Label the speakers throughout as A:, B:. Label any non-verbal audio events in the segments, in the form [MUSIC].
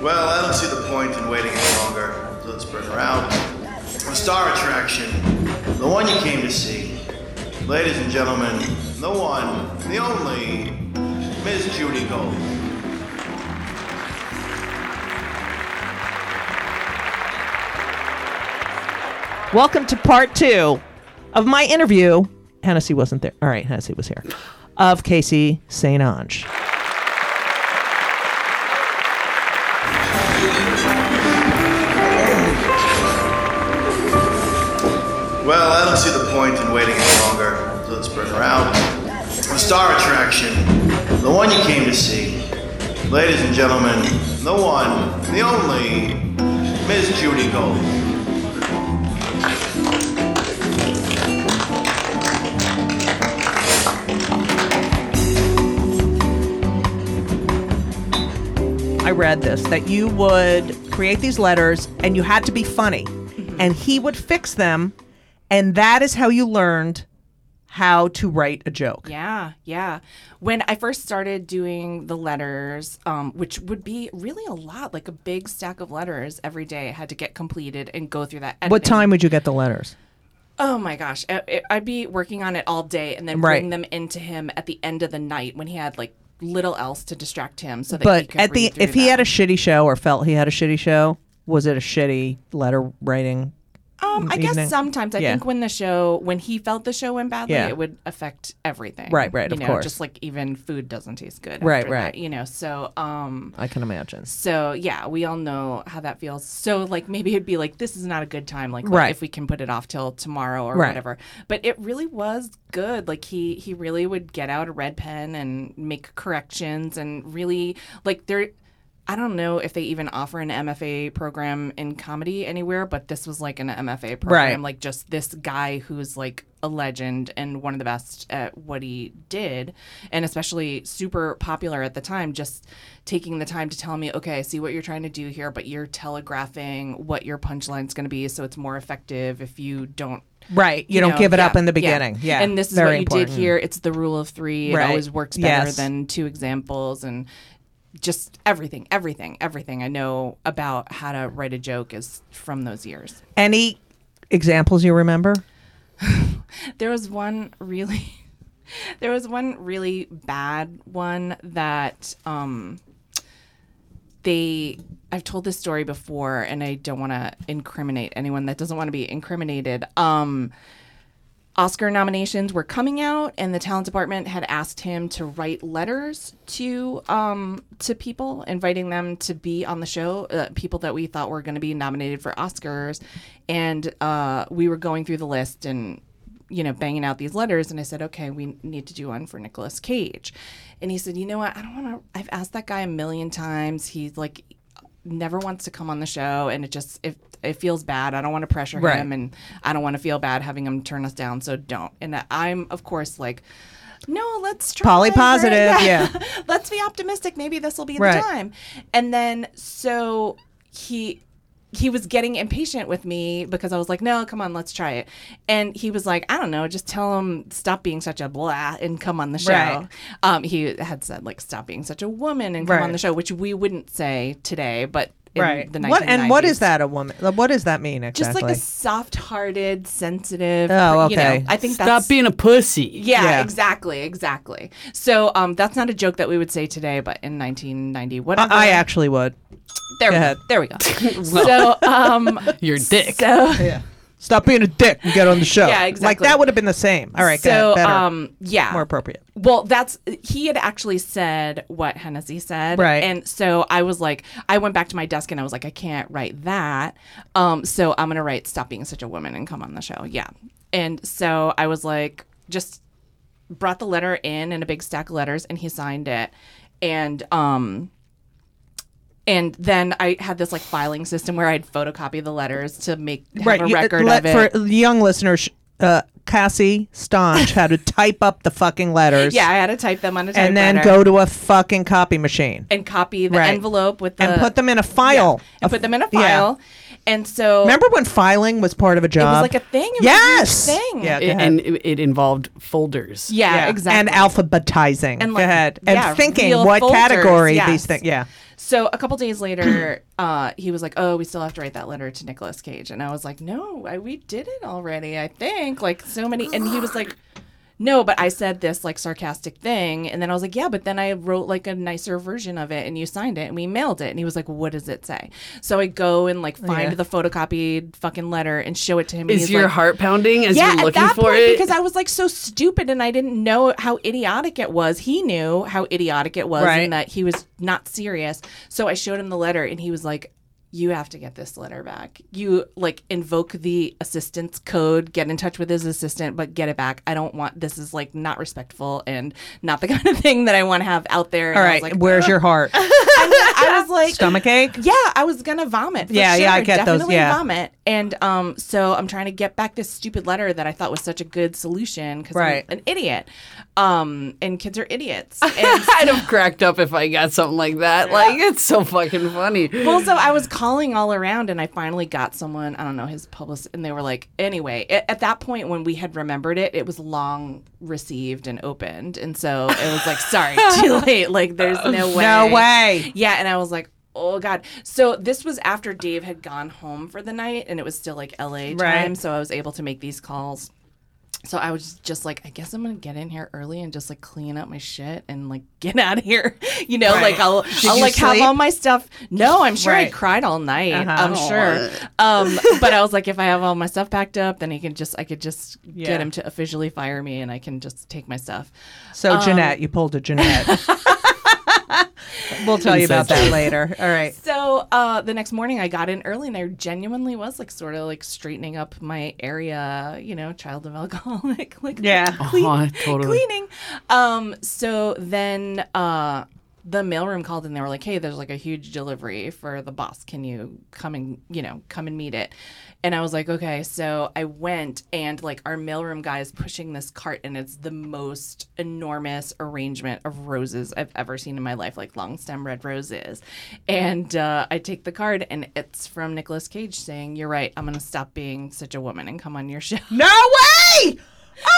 A: Well, I don't see the point in waiting any longer. So let's bring her out. The star attraction, the one you came to see. Ladies and gentlemen, the one, the only, Miss Judy Gold.
B: Welcome to part two of my interview. Hennessy wasn't there. All right, Hennessy was here. Of Casey St. Ange.
A: Well, I don't see the point in waiting any longer. So let's bring her out. The star attraction, the one you came to see. Ladies and gentlemen, the one, the only, Miss Judy Gold.
B: I read this that you would create these letters and you had to be funny, and he would fix them, and that is how you learned how to write a joke.
C: Yeah, yeah. When I first started doing the letters, um, which would be really a lot, like a big stack of letters every day had to get completed and go through that.
B: What
C: editing.
B: time would you get the letters?
C: Oh my gosh. I, I- I'd be working on it all day and then
B: Right.
C: bring them into him at the end of the night when he had like little else to distract him so that he
B: But
C: could
B: at the
C: read through
B: if he
C: them.
B: had a shitty show or felt he had a shitty show, was it a shitty letter writing?
C: Um, I
B: evening.
C: guess sometimes I
B: Yeah.
C: think when the show when he felt the show went badly,
B: Yeah.
C: it would affect everything.
B: Right, right,
C: You
B: of
C: know,
B: course.
C: Just like even food doesn't taste good.
B: Right,
C: after
B: right.
C: That, you know, so um,
B: I can imagine.
C: so yeah, we all know how that feels. So like maybe it'd be like this is not a good time. Like,
B: Right.
C: if we can put it off till tomorrow or
B: Right.
C: whatever. But it really was good. Like he he really would get out a red pen and make corrections and really like there. I don't know if they even offer an MFA program in comedy anywhere, but this was like an MFA program,
B: Right.
C: like just this guy who's like a legend and one of the best at what he did, and especially super popular at the time. Just taking the time to tell me, okay, I see what you're trying to do here, but you're telegraphing what your punchline's going to be, so it's more effective if you don't
B: Right. You, don't
C: know,
B: give it
C: yeah,
B: up in the
C: yeah.
B: beginning. Yeah.
C: And this is
B: Very
C: what you
B: important.
C: did here. It's the rule of three.
B: Right.
C: It always works better
B: Yes.
C: than two examples and just everything, everything, everything I know about how to write a joke is from those years.
B: Any examples you remember?
C: There was one really [LAUGHS] there was one really bad one that um they I've told this story before and I don't want to incriminate anyone that doesn't want to be incriminated. Um Oscar nominations were coming out, and the talent department had asked him to write letters to um, to people, inviting them to be on the show, uh, people that we thought were going to be nominated for Oscars, and uh, we were going through the list and you know banging out these letters, and I said, okay, we need to do one for Nicolas Cage, and he said, you know what, I don't want to. I've asked that guy a million times. He's like never wants to come on the show and it just it, it feels bad i don't want to pressure
B: Right.
C: him and i don't want to feel bad having him turn us down so don't and i'm of course like no let's try
B: Poly
C: for it." [LAUGHS]
B: positive, yeah.
C: let's be optimistic maybe this will be
B: Right.
C: the time and then so he he was getting impatient with me because I was like, "No, come on, let's try it." And he was like, "I don't know, just tell him stop being such a blah and come on the show."
B: Right.
C: Um, he had said like, "Stop being such a woman and come
B: Right.
C: on the show," which we wouldn't say today, but in the 1990s.
B: What and what is that a woman? like, What does that mean
C: Just
B: exactly?
C: like a soft-hearted, sensitive.
B: Oh,
C: you know,
B: okay.
C: I think that's
D: Stop being a pussy.
C: yeah,
B: Yeah.
C: exactly, exactly. So um, that's not a joke that we would say today, but in 1990, whatever.
B: I actually would.
C: there, we
B: ahead.
C: go. there we go.
B: [LAUGHS]
C: so um,
D: Your dick.
C: so
B: Stop being a dick and get on the show.
C: Yeah,
B: Like
C: exactly.
B: that would have been the same. All right, good.
C: so
B: Better.
C: um, yeah,
B: more appropriate.
C: Well, that's he had actually said what Hennessy said,
B: Right.
C: And so I was like, I went back to my desk and I was like, I can't write that. Um, so I'm gonna write "Stop being such a woman" and come on the show. Yeah, and so I was like, just brought the letter in and a big stack of letters, and he signed it, and um, and then I had this like filing system where I'd photocopy the letters to make have a
B: you- uh,
C: record
B: let-
C: of it.
B: For young listeners, uh, Cassie Staunch had
C: [LAUGHS]
B: to type up the fucking letters.
C: yeah, I had to type them on a typewriter
B: and then go to a fucking copy machine
C: and copy the
B: Right.
C: envelope with the
B: and put them in a file.
C: Uh, and
B: A
C: put them in a
B: yeah.
C: file. And so
B: Remember when filing was part of a job?
C: it was like a thing. It was a huge
B: yes.
C: thing.
B: Yeah. Go
D: It-
B: ahead.
D: and it, it involved folders.
C: yeah, exactly.
B: And alphabetizing.
C: And,
B: Go
C: like,
B: ahead. And
C: yeah,
B: thinking
C: real
B: what
C: folders,
B: category these
C: yes.
B: things. Yeah.
C: So a couple days later, [CLEARS THROAT] uh, he was like, "Oh, we still have to write that letter to Nicolas Cage," and I was like, "No, I, we did it already. I think like so many." And he was like, "No, but I said this like sarcastic thing," and then I was like, "Yeah, but then I wrote like a nicer version of it, and you signed it, and we mailed it." And he was like, "What does it say?" So I go and like find
B: yeah.
C: the photocopied fucking letter and show it to him. and
D: Is
C: he's
D: your
C: like,
D: heart pounding as
C: yeah,
D: you're
C: at
D: looking
C: that
D: for
C: point,
D: it?
C: because I was like so stupid and I didn't know how idiotic it was. He knew how idiotic it was
B: Right.
C: and that he was not serious. So I showed him the letter and he was like, You have to get this letter back. You like invoke the assistant's code, get in touch with his assistant, but get it back. I don't want this is like not respectful and not the [LAUGHS] kind of thing that I want to have out there. And
B: All
C: I
B: right.
C: was like,
B: Where's your heart?
C: [LAUGHS] I was like
B: Stomachache?
C: yeah, I was gonna vomit. for
B: Yeah, yeah,
C: sure.
B: I get those,
C: Definitely
B: yeah.
C: vomit. And um, so I'm trying to get back this stupid letter that I thought was such a good solution because
B: Right.
C: I'm an idiot. Um, and kids are idiots.
B: [LAUGHS]
C: And
D: [LAUGHS] I'd have cracked up if I got something like that. Like it's so fucking funny.
C: well, so I was calling all around, and I finally got someone. I don't know his publicist, and they were like, anyway. a- at that point, when we had remembered it, it was long received and opened, and so it was
B: [LAUGHS]
C: like, sorry, too late. Like, there's no way.
B: No way.
C: Yeah, and I was like, oh god. So this was after Dave had gone home for the night, and it was still like LA time,
B: Right.
C: so I was able to make these calls. So I was just like, I guess I'm gonna get in here early and just like clean up my shit and like [LAUGHS] get out of here. You know, like I'll I'll
B: you
C: like have
B: sleep?
C: all my stuff. No, I'm sure I
B: Right. Uh-huh. Oh.
C: cried all night. I'm
D: Aw.
C: sure.
B: [LAUGHS]
C: Um, but I was like, if I have all my stuff packed up, then he can just I could just
B: Yeah.
C: get him to officially fire me, and I can just take my stuff.
B: So,
C: um,
B: Jeanette, you pulled a
C: [LAUGHS]
B: Jeanette. we'll tell you about that later. All right.
C: So uh, the next morning, I got in early, and I genuinely was like sort of like straightening up my area, you know, child of alcoholic, [LAUGHS] like
B: Yeah.
C: clean-
D: Aw, totally.
C: cleaning. Um, so then uh, the mailroom called, and they were like, "Hey, there's like a huge delivery for the boss. Can you come and you know come and meet it?" And I was like, "Okay." So I went, and like our mailroom guy is pushing this cart, and it's the most enormous arrangement of roses I've ever seen in my life, like long stem red roses. And uh, I take the card, and it's from Nicolas Cage saying, "You're right. I'm gonna stop being such a woman and come on your [LAUGHS] show."
B: No way! Oh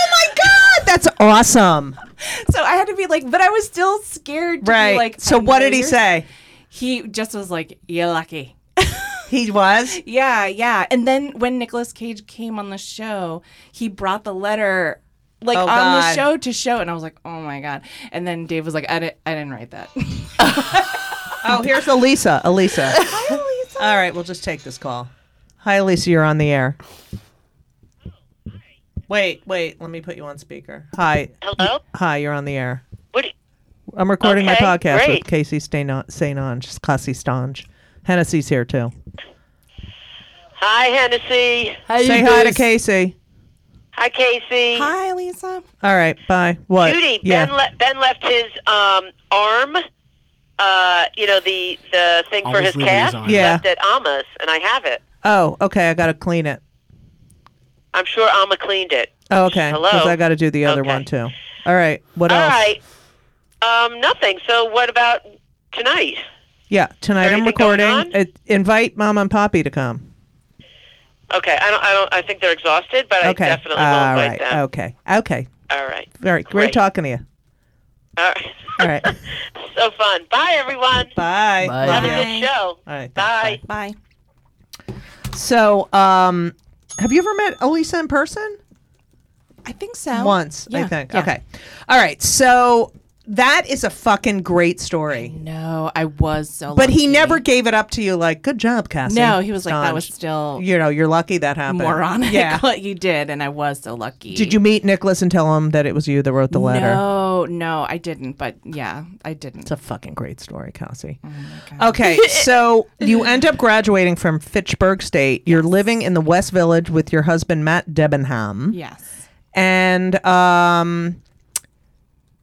B: my God! That's awesome.
C: So I had to be like, but I was still scared. To
B: Right.
C: Be like,
B: so,
C: I
B: what
C: know
B: did he
C: you're-
B: say?
C: He just was like, "You're lucky."
B: He was?
C: yeah, yeah. And then when Nicolas Cage came on the show, he brought the letter. Like
B: Oh,
C: on
B: God.
C: the show to show, and I was like, "Oh my god!" And then Dave was like, "I didn't, I didn't
B: [LAUGHS]
C: write that."
B: Oh, here's Elisa.
C: [LAUGHS]
B: Elisa. Hi, Elisa. All right, we'll just take this call. Hi, Elisa. You're on the air. Wait, wait. Let me put you on speaker. Hi.
E: Hello?
B: Hi, you're on the air.
E: What?
B: I'm recording
E: Okay,
B: my podcast with
E: great.
B: Casey Stainon- Sainange, Cassie Stange. Hennessy's here too.
E: Hi, Hennessy.
B: Say hi to Casey.
E: Hi, Casey.
C: Hi, Lisa.
B: All right, bye. What?
E: Judy,
B: yeah.
E: ben, le- ben left his um, arm, uh, you know, the, the thing for
D: Always
E: his
D: leaving his
E: cat.
D: arm.
E: He
B: Yeah.
E: left at Alma's, and I have it.
B: oh, okay. I gotta clean it.
E: I'm sure Alma cleaned it.
B: Oh, okay.
E: Hello?
B: I gotta do the other
E: Okay.
B: one too. All right. What
E: All
B: else?
E: right. Um, nothing. So what about tonight?
B: Yeah. Tonight I'm
E: Anything going
B: recording.
E: on?
B: It, invite mom and poppy to come.
E: Okay. I don't. I don't. I think they're exhausted, but
B: Okay.
E: I definitely will
B: All
E: invite
B: right.
E: them.
B: Okay. Okay.
E: All right.
B: All right. Great,
E: Great.
B: talking to you.
E: All right. [LAUGHS]
B: All right.
E: so fun. Bye, everyone.
B: Bye.
D: Bye.
E: Have
D: Bye.
E: a good show.
B: All right. thanks.
E: Bye.
C: Bye.
B: So, um, have you ever met Elisa in person?
C: I think so.
B: Once, I
C: Yeah,
B: think.
C: yeah.
B: Okay. All right. So that is a fucking great story.
C: No, I was so.
B: But he
C: lucky.
B: never gave it up to you. Like, good job, Cassie.
C: No, he was like, "That
B: Stange.
C: was still
B: You know, you're lucky that happened.
C: moronic [LAUGHS]
B: Yeah.
C: what you did," and I was so lucky.
B: Did you meet Nicholas and tell him that it was you that wrote the letter?
C: No, no, I didn't. But yeah, I didn't.
B: It's a fucking great story, Cassie.
C: Oh
B: okay,
C: [LAUGHS]
B: so you end up graduating from Fitchburg State. You're living in the West Village with your husband Matt Debenham,
C: yes.
B: and um,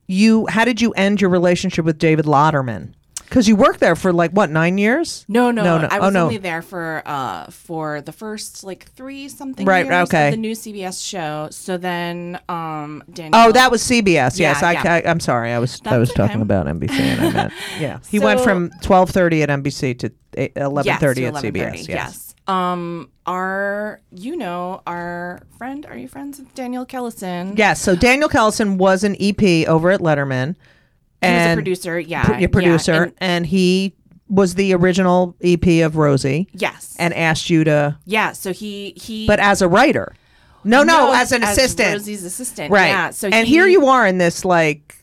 B: you. How did you end your relationship with David Lotterman? Because you worked there for like what nine years?
C: No, no,
B: no, no.
C: I was
B: oh no,
C: only there for uh for the first like three something
B: Right,
C: years
B: okay.
C: of the new CBS show. So then um Daniel
B: Oh, that was CBS.
C: Yeah,
B: yes, I,
C: yeah.
B: I, am sorry. I was I
C: That's
B: was talking
C: okay.
B: about NBC, and
C: [LAUGHS]
B: I meant yeah. He went
C: So-
B: from 12:30 at NBC to eh, 11:30
C: yes,
B: at
C: to 11:30,
B: CBS. Yes.
C: yes. Um, our, you know, our friend, are you friends with Daniel Kellison?
B: Yes. So Daniel Callison was an EP over at Letterman,
C: He's
B: and
C: a producer. Yeah.
B: pro-
C: yeah,
B: your producer,
C: and-
B: and, he was the original EP of Rosie,
C: yes.
B: and asked you to,
C: yeah. So he, he,
B: but as a writer. No, no, as an assistant,
C: Rosie's assistant.
B: right?
C: Yeah. So
B: and
C: he-
B: here you are in this like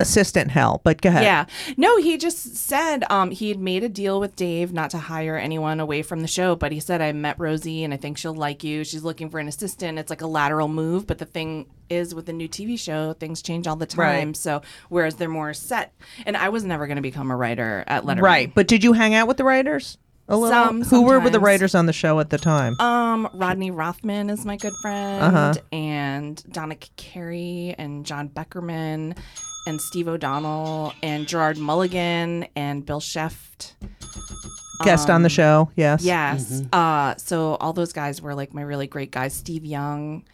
B: assistant hell. But go ahead.
C: Yeah. No, he just said um, he had made a deal with Dave not to hire anyone away from the show, but he said, I met Rosie and I think she'll like you. She's looking for an assistant. It's like a lateral move. But the thing is, with a new TV show, things change all the time.
B: Right.
C: So, whereas they're more set. And I was never going to become a writer at Letterman.
B: Right. But did you hang out with the writers a little?
C: Some,
B: Who were with the
C: sometimes.
B: writers on the show at the time?
C: Um, Rodney Rothman is my good friend,
B: Uh-huh.
C: and Donna K- Carey, and John Beckerman, and Steve O'Donnell, and Gerard Mulligan, and Bill Sheft.
B: Guest
C: Um,
B: on the show. Yes.
C: Yes.
B: Mm-hmm.
C: Uh, so all those guys were like my really great guys. Steve Young,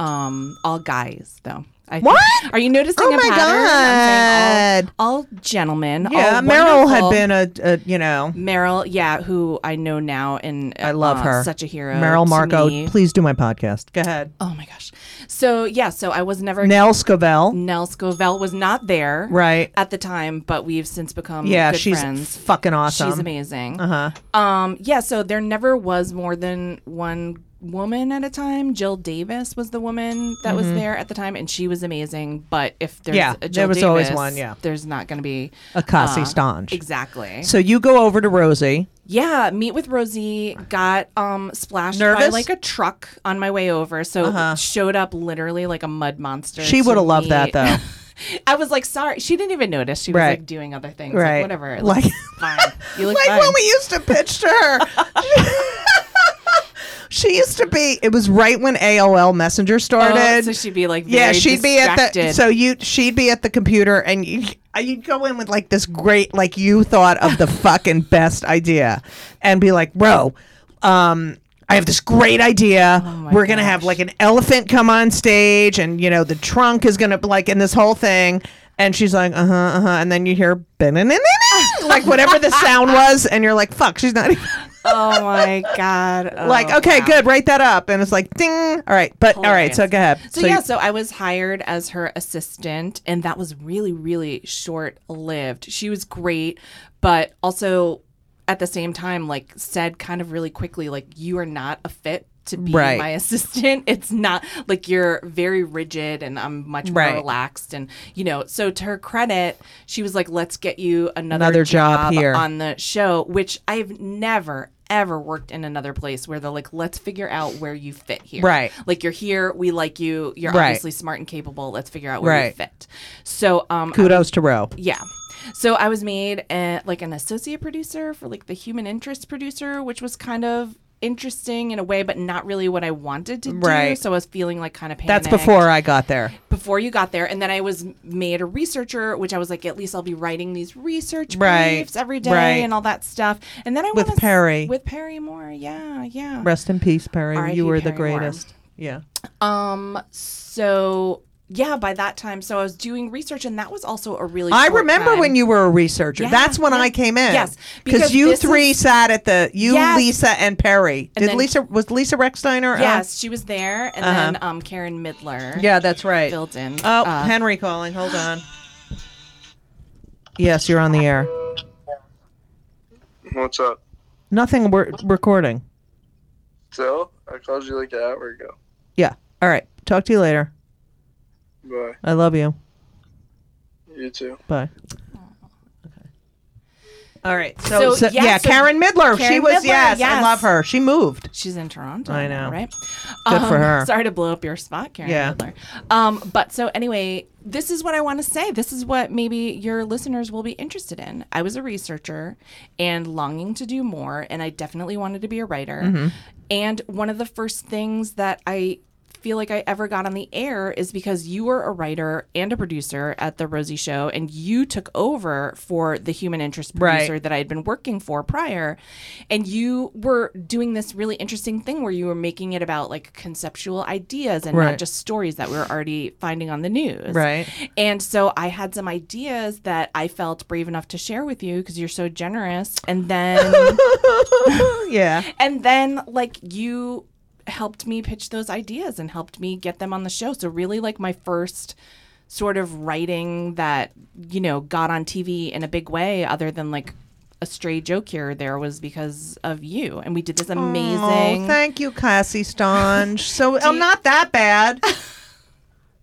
C: um, all guys though. I think-
B: What?
C: Are you noticing
B: Oh
C: a
B: my
C: pattern? I'm saying
B: God.
C: all, all gentlemen.
B: Yeah.
C: all
B: Meryl had
C: Oh, wonderful-
B: been a, a you know.
C: Meryl, yeah, who I know now, and
B: I love
C: uh,
B: her.
C: Such a hero.
B: Meryl
C: to
B: Marco,
C: me.
B: please do my podcast. Go ahead.
C: Oh my gosh. So yeah, so I was never
B: Nell Scovell.
C: Nell Scovell was not there
B: Right.
C: at the time, but we've since become
B: Yeah,
C: good
B: she's
C: friends.
B: fucking awesome.
C: She's amazing.
B: Uh-huh.
C: Um, yeah, so there never was more than one woman at a time. Jill Davis was the woman that was there at the time, and she was amazing. But if there's
B: Mm-hmm. Yeah,
C: a Jill
B: there was
C: Davis,
B: always one, yeah.
C: there's not going to be
B: Akasi
C: uh,
B: Stange.
C: Exactly.
B: So you go over to Rosie.
C: Yeah, meet with Rosie. Got um splashed by
B: Nervous? Uh-huh.
C: like a truck on my way over, so showed up literally like a mud monster.
B: She
C: to
B: would have loved that
C: meet-
B: though.
C: [LAUGHS] I was like, sorry, she didn't even notice. She was
B: Right.
C: like doing other things,
B: Right.
C: like whatever.
B: [LAUGHS]
C: It
B: Like-
C: looks fine. You look
B: like
C: fine.
B: when we used to pitch to
C: [LAUGHS]
B: her. [LAUGHS] she used to be. It was right when AOL Messenger
C: Oh,
B: started.
C: so she'd be like,
B: yeah,
C: very
B: she'd be at the
C: distracted.
B: so you she'd be at the computer and you, you'd go in with like this great like you thought of the fucking best idea and be like, bro, um. I have this great idea.
C: Oh
B: We're gonna have like an elephant come on stage, and you know the trunk is gonna like in this whole thing. And she's like, uh huh, uh huh. And then you hear [LAUGHS] "Ba-na-na-na-na," like whatever the sound was, and you're like, fuck, she's not. Even-
C: oh my god. [LAUGHS]
B: [LAUGHS]
C: Oh,
B: like, okay,
C: wow.
B: good, write that up. And it's like, ding. All right, but all right. So
C: Hilarious.
B: go ahead.
C: So,
B: you-
C: yeah, so I was hired as her assistant, and that was really, really short lived. She was great, but also at the same time, like said kind of really quickly, like you are not a fit to be
B: Right.
C: my [LAUGHS] assistant. It's not like you're very rigid, and I'm much more
B: Right.
C: relaxed, and you know. So to her credit, she was like, "Let's get you another,
B: Another job here.
C: on the show," which I've never ever worked in another place where they're like, "Let's figure out where you fit here."
B: Right.
C: Like you're here, we like you. You're
B: Right.
C: obviously smart and capable. Let's figure out where you
B: Right.
C: fit. So, um, I-
B: kudos to Roe.
C: yeah. So I was made uh like an associate producer for like the human interest producer, which was kind of interesting in a way, but not really what I wanted to do.
B: Right.
C: So I was feeling like kind of panicked
B: That's before I got there.
C: before you got there. And then I was made a researcher, which I was like, at least I'll be writing these research
B: Right.
C: briefs every day
B: Right.
C: and all that stuff. And then I
B: With
C: wanna s-
B: Perry.
C: with Perry Moore, yeah, yeah.
B: Rest in peace, Perry.
C: R.I.P.
B: You were the
C: Perry Warren.
B: greatest. Yeah.
C: Um. So yeah, by that time, so I was doing research, and that was also a really.
B: I
C: short
B: remember
C: time.
B: when you were a researcher.
C: Yeah,
B: That's when
C: yeah.
B: I came in.
C: Yes,
B: because
C: because
B: you
C: this
B: three
C: is-
B: sat at the you,
C: Yes.
B: Lisa, and Perry.
C: And
B: Did
C: then-
B: Lisa was Lisa Recksteiner? on?
C: Yes, she was there, and then um, Karen Midler.
B: Uh-huh. yeah, that's right.
C: Built in.
B: Oh,
C: Uh,
B: Henry calling. Hold on. Yes, you're on the air.
F: What's up?
B: Nothing. We're recording.
F: So I called you like an hour ago.
B: Yeah. All right. Talk to you later.
F: Bye.
B: I love you.
F: You too.
B: Bye. All right. So,
C: So,
B: so- yeah,
C: yeah, so-
B: Karen Midler. she
C: Karen
B: was
C: Midler,
B: yes, I
C: yes.
B: love her. She moved. [LAUGHS]
C: She's in Toronto.
B: I
C: now,
B: know.
C: right?
B: Good for
C: Um,
B: her.
C: Sorry to blow up your spot, Karen
B: Yeah.
C: Midler. Um, but so anyway, this is what I want to say. This is what maybe your listeners will be interested in. I was a researcher and longing to do
B: Mm-hmm.
C: more, and I definitely wanted to be a writer. And one of the first things that I feel like I ever got on the air is because you were a writer and a producer at the Rosie Show, and you took over for the human interest
B: Right.
C: producer that I had been working for prior, and you were doing this really interesting thing where you were making it about like conceptual ideas and
B: Right.
C: not just stories that we were already finding on the news.
B: Right.
C: And so I had some ideas that I felt brave enough to share with you because you're so generous. And then
B: yeah.
C: and then like you helped me pitch those ideas and helped me get them on the show. So really like my first sort of writing that, you know, got on TV in a big way other than like a stray joke here or there was because of you. And we did this amazing
B: Oh, thank you, Cassie Stange. So I'm not that bad.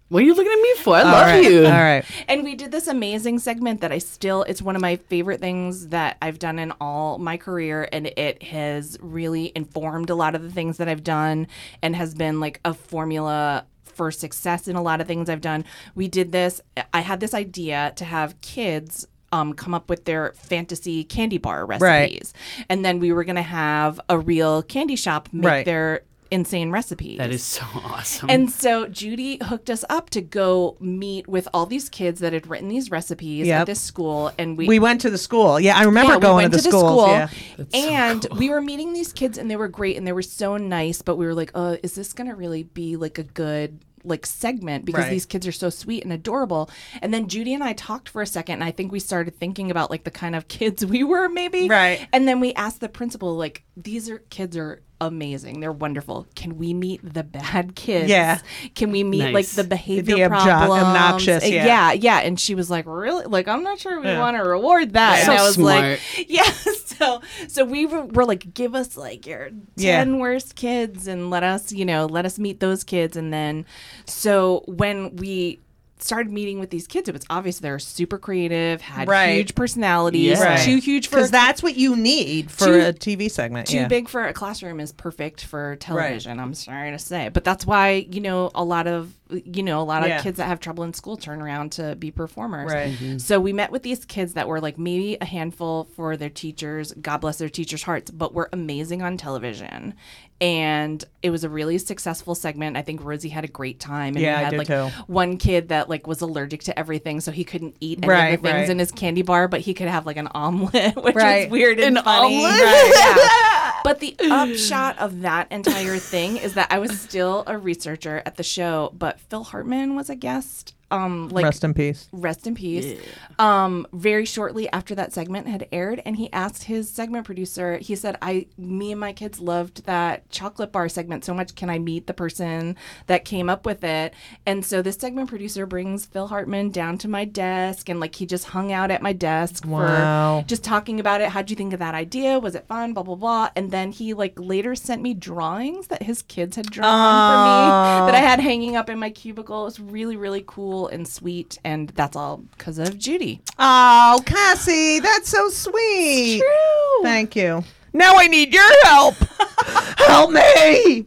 D: What are you looking at me for? I love you.
B: All right.
C: And we did this amazing segment that I still, it's one of my favorite things that I've done in all my career. And it has really informed a lot of the things that I've done and has been like a formula for success in a lot of things I've done. We did this, I had this idea to have kids. Um, come up with their fantasy candy bar recipes, and then we were gonna have a real candy shop make
B: Right.
C: their insane recipes.
D: That is so
B: Um,
D: awesome.
C: And so Judy hooked us up to go meet with all these kids that had written these recipes
B: Yep.
C: at this school, and we.
B: We went to the school. Yeah, I remember
C: yeah, we
B: going
C: went
B: to the schools,
C: school,
B: Yeah.
C: and we were meeting these kids, and they were great, and they were so nice. But we were like, "Oh, is this gonna really be like a good like segment?" Because
B: Right.
C: these kids are so sweet and adorable. And then Judy and I talked for a second, and I think we started thinking about like the kind of kids [LAUGHS] we were, maybe.
B: Right.
C: And then we asked the principal, like, "These are kids are amazing. They're wonderful. Can we meet the bad kids?
B: Yeah.
C: Can we meet like
D: Nice.
C: the behavior
B: The objo-
C: problems?
B: obnoxious,
C: Uh,
B: yeah.
C: yeah, yeah. And she was like, really? Like, I'm not sure we want to reward that.
D: So
C: and I was
D: smart.
C: like, [LAUGHS] yeah. So, so we were, were like, give us like your ten
B: Yeah.
C: worst kids, and let us, you know, let us meet those kids, and then, so when we started meeting with these kids, it was obvious they're super creative, had
B: Right.
C: huge personalities,
D: Yeah. Right.
C: too huge for
B: Because that's what you need for
C: Too-
B: a TV segment.
C: too
B: yeah.
C: big for a classroom is perfect for television. I'm sorry to say, but that's why you know a lot of you know a lot of
B: Yeah.
C: kids that have trouble in school turn around to be performers.
B: Right.
C: So we met with these kids that were like maybe a handful for their teachers. God bless their teachers' hearts, but were amazing on television. And it was a really successful segment. I think Rosie had a great time. And
B: Yeah, I
C: we had
B: did
C: like
B: too.
C: one kid that like was allergic to everything, so he couldn't eat any
B: Right,
C: of the things
B: right.
C: in his candy bar, but he could have like an omelet, [LAUGHS] which
B: Right.
C: is weird and
D: An
C: funny.
D: omelet?
C: [LAUGHS] Right, yeah. [SIGHS] But the upshot of that entire thing is that I was still a researcher at the show, but Phil Hartman was a guest. Um, like
B: Rest in peace.
C: rest in peace. Um, very shortly after that segment had aired, and he asked his segment producer. He said, "I, me and my kids loved that chocolate bar segment so much. Can I meet the person that came up with it?" And so this segment producer brings Phil Hartman down to my desk, and like he just hung out at my desk
B: Wow.
C: for just talking about it. How'd you think of that idea? Was it fun? Blah blah blah. And then he like later sent me drawings that his kids had drawn for me that I had hanging up in my cubicle. It was really really cool and sweet, and that's all because of Judy.
B: Oh, Cassie, that's so sweet.
C: True.
B: Thank you. Now I need your help. [LAUGHS] help me.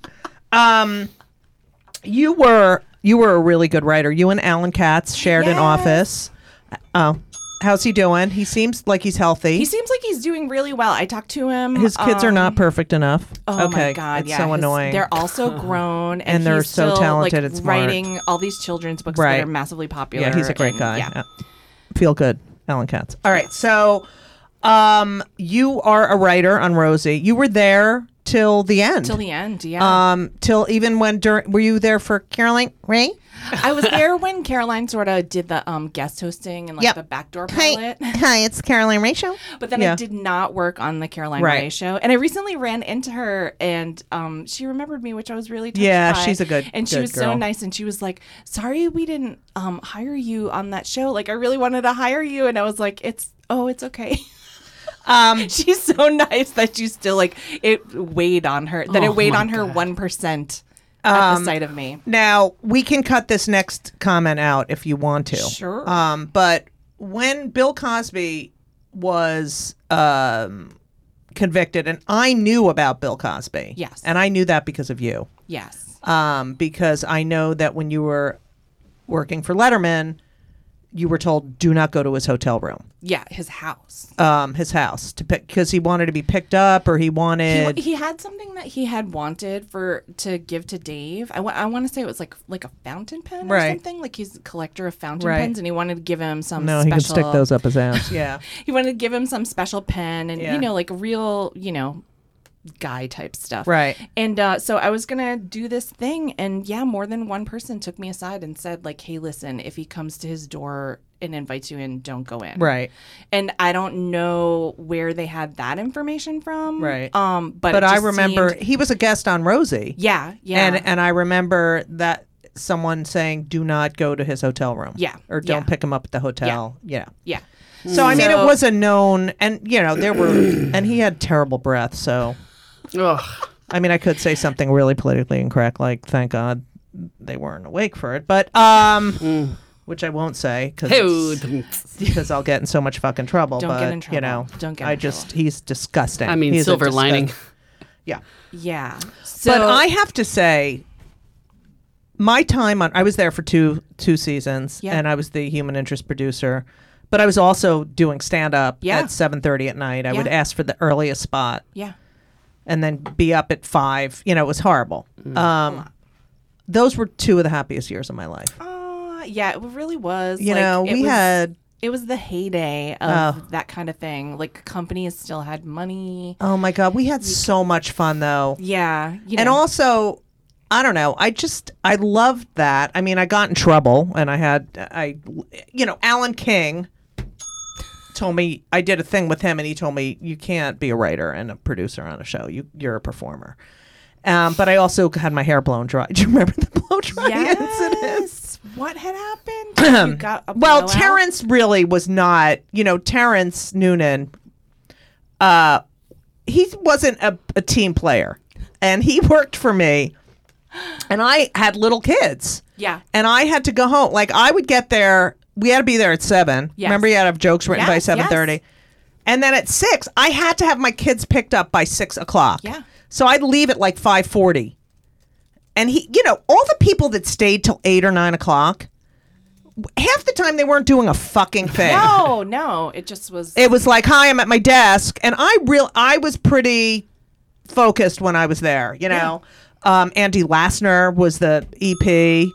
B: Um, you were you were a really good writer. You and Alan Katz shared an
C: Yes.
B: office. Oh, how's he doing? He seems like he's healthy.
C: He seems like he's doing really well. I talked to him.
B: his kids are
C: um,
B: not perfect enough.
C: Oh
B: okay,
C: my god!
B: it's
C: yeah,
B: so
C: his-
B: annoying. [SIGHS]
C: They're also grown, and,
B: And they're
C: he's
B: so
C: still,
B: talented
C: Like,
B: and smart.
C: writing all these children's books
B: Right.
C: that are massively popular.
B: yeah, he's a great
C: and-
B: guy.
C: yeah.
B: Yeah. Feel good, Alan Katz. All right, so um, you are a writer on Rosie. You were there till the end.
C: till the end. Yeah.
B: um, till even when during were you there for Caroline Ray? [LAUGHS]
C: I was there when Caroline sort of did the um, guest hosting and like
B: Yep.
C: the backdoor
B: Hi,
C: pilot.
B: [LAUGHS] hi, it's Caroline Rachel.
C: But then
B: Yeah.
C: I did not work on the Caroline
B: Right.
C: Ray show, and I recently ran into her, and um, she remembered me, which I was really touched
B: Yeah,
C: by.
B: she's a good-
C: and she
B: good
C: was
B: girl.
C: so nice, and she was like, "Sorry, we didn't um, hire you on that show. Like, I really wanted to hire you," and I was like, "It's oh, it's okay." [LAUGHS]
B: Um,
C: she's so nice that she still like it weighed on her that
B: Oh
C: it weighed on her one percent at
B: Um,
C: the sight of me.
B: now we can cut this next comment out if you want to.
C: Sure.
B: Um, but when Bill Cosby was um convicted, and I knew about Bill Cosby.
C: Yes.
B: And I knew that because of you.
C: Yes.
B: uh, um, because I know that when you were working for Letterman, you were told do not go to his hotel room,
C: Yeah, his house.
B: um, his house, to pick because he wanted to be picked up or he wanted.
C: He, he had something that he had wanted for to give to Dave. I want to say it was like like a fountain pen or
B: Right.
C: something. Like he's a collector of fountain
B: Right.
C: pens, and he wanted to give him some.
B: no,
C: special,
B: he could stick those up his ass.
C: [LAUGHS]
B: yeah,
C: He wanted to give him some special pen, and
B: Yeah.
C: you know, like real, you know, guy type stuff.
B: Right.
C: And uh, so I was gonna do this thing, and yeah, more than one person took me aside and said, like, "Hey, listen, if he comes to his door and invites you in, don't go in."
B: right.
C: and I don't know where they had that information from.
B: Right.
C: Um, but
B: But
C: it
B: I
C: just
B: remember
C: seemed-
B: he was a guest on Rosie.
C: yeah, yeah,
B: And and I remember that someone saying, "Do not go to his hotel room."
C: Yeah,
B: Or don't
C: yeah.
B: pick him up at the hotel. Yeah.
C: yeah. Mm.
B: So I mean, it
C: So-
B: was a known, and you know there were, and he had terrible breath. So
D: Ugh.
B: I mean, I could say something really politically incorrect, like "Thank God they weren't awake for it," but um,
C: Mm.
B: which I won't say
D: Hey,
B: because because I'll get in so much fucking trouble.
C: Don't get
B: but,
C: in
B: You
C: trouble.
B: know,
C: Don't get
B: I
C: in
B: just he's disgusting.
D: I mean,
B: He's a
D: silver
B: disgust-
D: lining.
B: Yeah
C: yeah. So
B: but I have to say, my time on I was there for two two seasons,
C: Yeah.
B: and I was the human interest producer. But I was also doing stand up
C: Yeah.
B: at seven thirty at night. I would
C: Yeah.
B: ask for the earliest spot
C: yeah,
B: and then be up at five. You know, it was horrible.
D: Mm.
B: Um, those were two of the happiest years of my life.
C: uh, yeah, it really was.
B: you
C: like,
B: know,
C: it
B: we
C: was-
B: had
C: it was the heyday of that kind of thing. Like companies still had money.
B: oh my god, we had so much fun though.
C: Yeah, you
B: And
C: know.
B: also, I don't know. I just I loved that. I mean, I got in trouble, and I had I, you know, Alan King told me I did a thing with him, and he told me you can't be a writer and a producer on a show. You you're a performer. Um, but I also had my hair blown dry. [LAUGHS] Do you remember the blow dry incident?
C: yes. What had
B: [CLEARS THROAT]
C: happened? you got a
B: Well,
C: blowout?
B: Terrence really was not, you know, Terrence Noonan, uh, he wasn't a, a team player. And he worked for me. And I had little kids.
C: Yeah.
B: And I had to go home. Like, I would get there. We had to be there at 7.
C: Yes.
B: Remember, you had to have jokes written
C: Yes,
B: by 7.30.
C: yes.
B: And then at 6, I had to have my kids picked up by 6 o'clock.
C: Yeah.
B: So I'd leave at like 5.40. And he, you know, all the people that stayed till 8 or 9 o'clock, half the time they weren't doing a fucking thing.
C: No, no, it just was.
B: It was like, "Hi, I'm at my desk," and I real I was pretty focused when I was there. You know, um, Andy Lassner was the EP.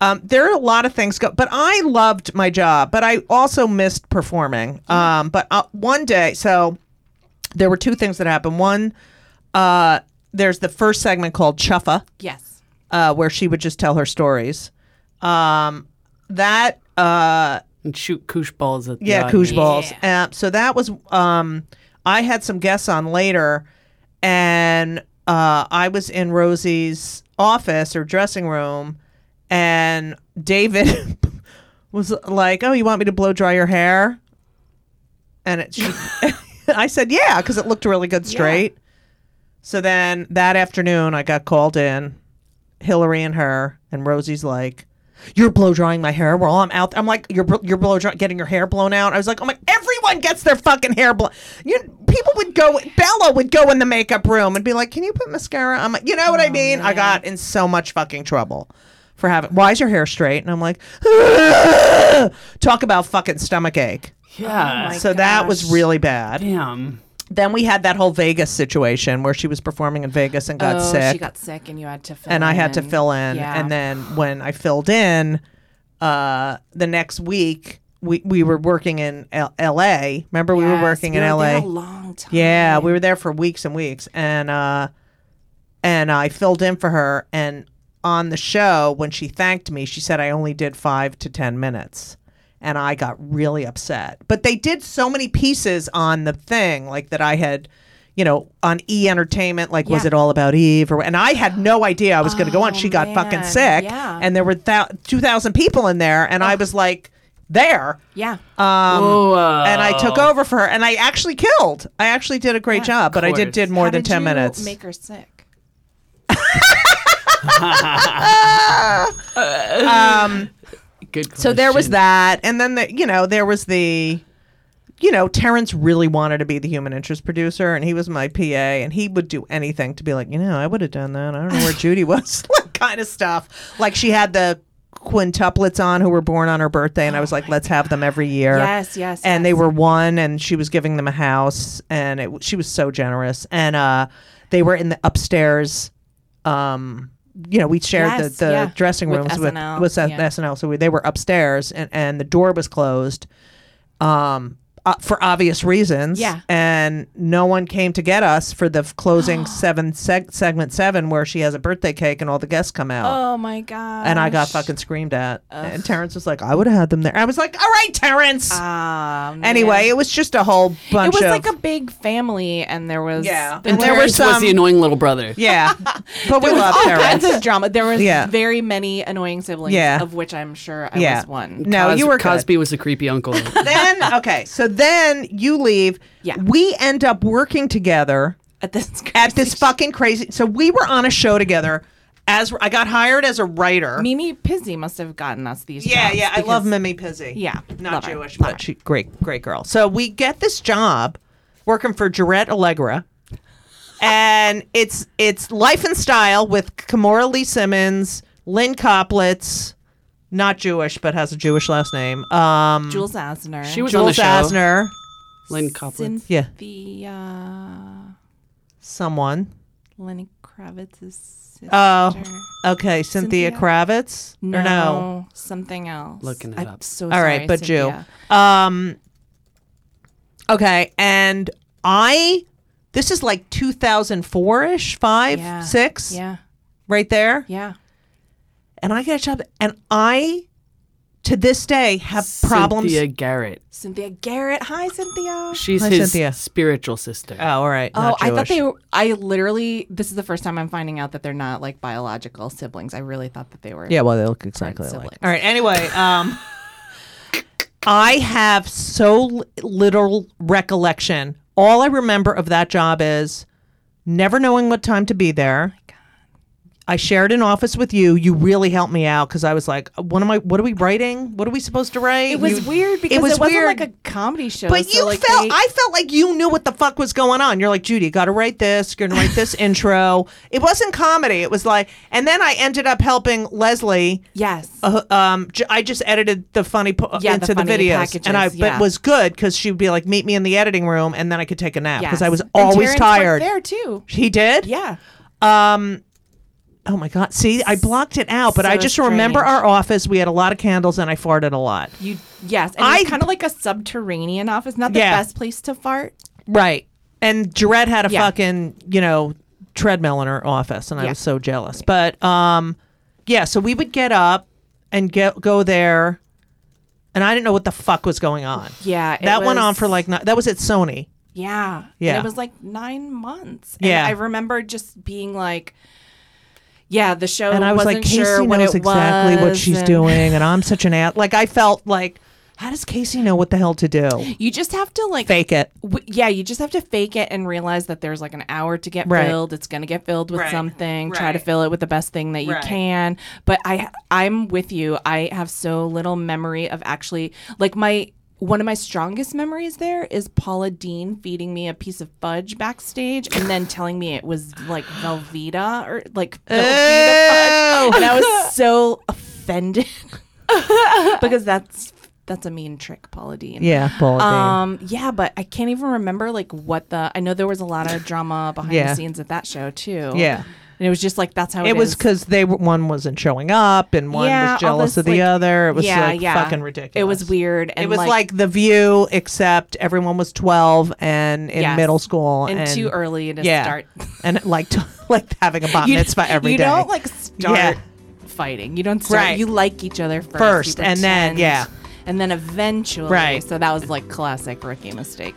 B: Um, there are a lot of things go, but I loved my job, but I also missed performing. Um, but uh, one day, so there were two things that happened. One, uh, there's the first segment called Chuffa
C: yes.
B: uh, where she would just tell her stories. Um, that uh,
D: And shoot koosh balls at the
B: yeah,
D: audience.
B: koosh balls. Uh, so that was um, I had some guests on later, and uh, I was in Rosie's office or dressing room, and David [LAUGHS] was like, "Oh, you want me to blow dry your hair?" And it, [LAUGHS] she, I said, "Yeah," because it looked really good straight. So then that afternoon, I got called in, Hillary and her, and Rosie's like, "You're blow drying my hair." While I'm out, I'm like, "You're bl- you're blow dry- getting your hair blown out." I was like, "Oh my!" Everyone gets their fucking hair blown. You people would go. Bella would go in the makeup room and be like, "Can you put mascara on?" My-? You know what
C: Oh,
B: I mean? I got in so much fucking trouble for having. Why is your hair straight? And I'm like, talk about fucking stomach ache.
D: Yeah.
C: Oh
B: so that was really bad Um,
D: Damn.
B: then we had that whole Vegas situation where she was performing in Vegas and got
C: oh,
B: sick,
C: she got sick, and you had to fill.
B: and I had to
C: in.
B: fill in.
C: Yeah.
B: And then when I filled in, uh, the next week we we were working in L- L.A. Remember we were
C: Yes,
B: working
C: we
B: in
C: were
B: L.A.
C: there a long time.
B: Yeah, we were there for weeks and weeks, and uh, and uh, I filled in for her. And on the show, when she thanked me, she said I only did five to ten minutes, and I got really upset. But they did so many pieces on the thing, like that I had. You know, on E Entertainment, like was
C: Yeah. Oh,
B: it all about Eve? Or and I had no idea I was going to go on. She got fucking
C: man,
B: sick,
C: yeah.
B: and there were thou two thousand people in there, and I was like, there.
C: Yeah.
B: Um,
D: Whoa.
B: and I
D: Oh.
B: took over for her, and I actually killed. I actually did a great job, but I did
D: course.
B: did more
C: How
B: than
C: did
B: ten
C: you
B: minutes.
C: Make her sick.
B: um,
D: Good
B: so there was
D: question.
B: that, and then the, you know there was the, you know Terrence really wanted to be the human interest producer, and he was my PA, and he would do
C: [LAUGHS]
B: [LAUGHS] anything to be like, you know, I would have done that. I don't know where Judy was, like kind of stuff. Like she had the quintuplets on who were born on her birthday, and I was like, let's have them every year.
C: Yes, yes,
B: And
C: yes.
B: they were one, and she was giving them a house, and it, she was so generous. And uh, they were in the upstairs. Um, you know, we shared
C: Yes,
B: the, the
C: yeah.
B: dressing
C: With
B: rooms
C: SNL,
B: with, with
C: yeah.
B: SNL, so we, they were upstairs, and, and the door was closed. Um. Uh, for obvious reasons,
C: Yeah.
B: and no one came to get us for the f-
C: [GASPS]
B: closing seven seg- segment seven, where she has a birthday cake and all the guests come out
C: Oh my god.
B: and I got fucking screamed at. And Terrence was like, I would have had them there. I was like, all right, Terrence.
C: Um,
B: anyway, it was just a whole
C: it
B: bunch
C: was
B: of.
C: like a [LAUGHS] big family, and there was
B: Yeah.
C: there
B: And there um,
C: were
B: were
D: Terrence was
B: some-
D: the annoying little brother.
B: yeah. But we love
C: all kinds
B: Terrence.
C: of drama. There was
B: Yeah.
C: very many annoying siblings,
B: Yeah.
C: of which I'm sure I
B: Yeah.
C: was one.
B: No,
D: Cos-
B: you were good.
D: Cosby was a
B: [LAUGHS]
D: creepy uncle.
B: Then, okay. So then you leave.
C: Yeah.
B: We end up working together
C: At this, [LAUGHS]
B: at this fucking crazy. So we were on a show together. As I got hired as a writer.
C: Mimi Pizzi must have gotten us these.
B: Yeah,
C: jobs
B: yeah. I
C: because-
B: love Mimi Pizzi.
C: Yeah,
B: Not
C: love her,
B: Jewish,
C: love
B: but she, great, great girl. So we get this job working for Jarette Allegra. And it's it's Life and Style with Kimora Lee Simmons, Lynn Coplitz, not Jewish, but has a Jewish last name. Um
C: Jules Asner.
D: She was on the
B: Jules
D: show.
B: Asner.
D: Lynn Coplin.
B: Yeah.
C: Cynthia
B: Someone.
C: Lenny Kravitz's sister.
B: Oh. Okay, Cynthia,
C: Cynthia?
B: Kravitz?
C: no,
B: Or no.
C: something else.
D: Looking it
C: I'm
D: up.
C: So
B: All right,
C: sorry,
B: but Jew.
C: Cynthia.
B: Um, okay, and I. This is like 2004 ish, five,
C: Yeah.
B: six,
C: Yeah,
B: right there.
C: yeah.
B: And I get a job, and I, to this day, have problems.
D: Cynthia Garrett.
C: Cynthia Garrett. Hi, Cynthia.
D: She's
B: Hi,
D: his
B: Cynthia.
D: spiritual sister.
B: Oh, all right.
C: Oh,
B: not
C: I thought
B: Jewish.
C: they were. I literally. This is the first time I'm finding out that they're not like biological siblings. I really thought that they were.
B: Yeah, well, they look exactly
C: Siblings.
B: alike. All right. Anyway, um, [LAUGHS] I have so li- little recollection. All I remember of that job is never knowing what time to be there. I shared an office with you. You really helped me out because I was like, "What am I? What are we writing? What are we supposed to write?"
C: It was
B: You-
C: weird because it,
B: was
C: was not
B: weird.
C: like a comedy show.
B: But
C: so,
B: you
C: like,
B: felt
C: they-
B: I felt like you knew what the fuck was going on. You're like, Judy, gotta write this, you're gonna write
C: [LAUGHS]
B: this intro. It wasn't comedy. It was like and then I ended up helping Leslie.
C: yes.
B: Uh, um, j- I just edited the funny po-
C: Uh-huh. Yeah, the
B: into the,
C: funny
B: videos,
C: packages,
B: and I but
C: yeah.
B: was good because she would be like, "Meet me in the editing room," and then I could take a nap because I
C: yes.
B: was
C: And
B: always
C: Terrence worked
B: tired.
C: There too.
B: He did.
C: Yeah.
B: Oh my god. See, I blocked it out, but I
C: So
B: just remember
C: strange.
B: our office. We had a lot of candles, and I farted a lot.
C: You yes. And it's
B: I-
C: kind of like a subterranean office. Not the
B: Yeah.
C: best place to fart.
B: Right. And Jared had a
C: Yeah.
B: fucking, you know, treadmill in her office and I
C: Yeah.
B: was so jealous. But um yeah, so we would get up and get go there and I didn't know what the fuck was going on.
C: Yeah. it
B: that went on
C: was-
B: for like ni- that was at Sony.
C: Yeah. And
B: Yeah.
C: it was like nine months. And
B: Yeah.
C: I remember just being like, yeah, the show.
B: And I was
C: wasn't
B: like
C: sure
B: Casey
C: what
B: knows
C: it
B: exactly what
C: was,
B: she's
C: and-
B: doing and
C: [LAUGHS]
B: I'm such an ass. Like I felt like how does Casey know what the hell to do?
C: You just have to like
B: Fake it.
C: w- yeah, you just have to fake it and realize that there's like an hour to get
B: Right.
C: filled. It's going to get filled with
B: Right.
C: something. Try to
B: Right.
C: fill it with the best thing that you
B: Right.
C: can. But I I'm with you. I have so little memory of actually like my one of my strongest memories there is Paula Dean feeding me a piece of fudge backstage and then telling me it was like Velveeta or like
B: Eh.
C: Velveeta fudge. And I was so offended [LAUGHS] because that's that's a mean trick, Paula Dean.
B: [LAUGHS] Yeah, Paula Dean.
C: Um, yeah, but I can't even remember like what the. I know there was a lot of drama behind
B: Yeah.
C: the scenes at that show too.
B: Yeah.
C: and it was just like that's how it,
B: it was
C: is.
B: because they were- one wasn't showing up and one
C: Yeah, all
B: was jealous
C: this,
B: of the
C: like-
B: other. It was
C: yeah,
B: like
C: yeah.
B: fucking ridiculous.
C: It was weird. And
B: It was like, The View, except everyone was twelve and in
C: Yes.
B: middle school
C: and,
B: and,
C: too early to
B: Yeah,
C: start.
B: and like [LAUGHS] like
C: [LAUGHS]
B: having a bat
C: You-
B: mitzvah every day.
C: you don't like start
B: Yeah.
C: fighting. You don't start.
B: Right.
C: You like each other first, You
B: First, and then-
C: pretend,
B: yeah.
C: and then eventually.
B: Right.
C: So that was like classic rookie mistake.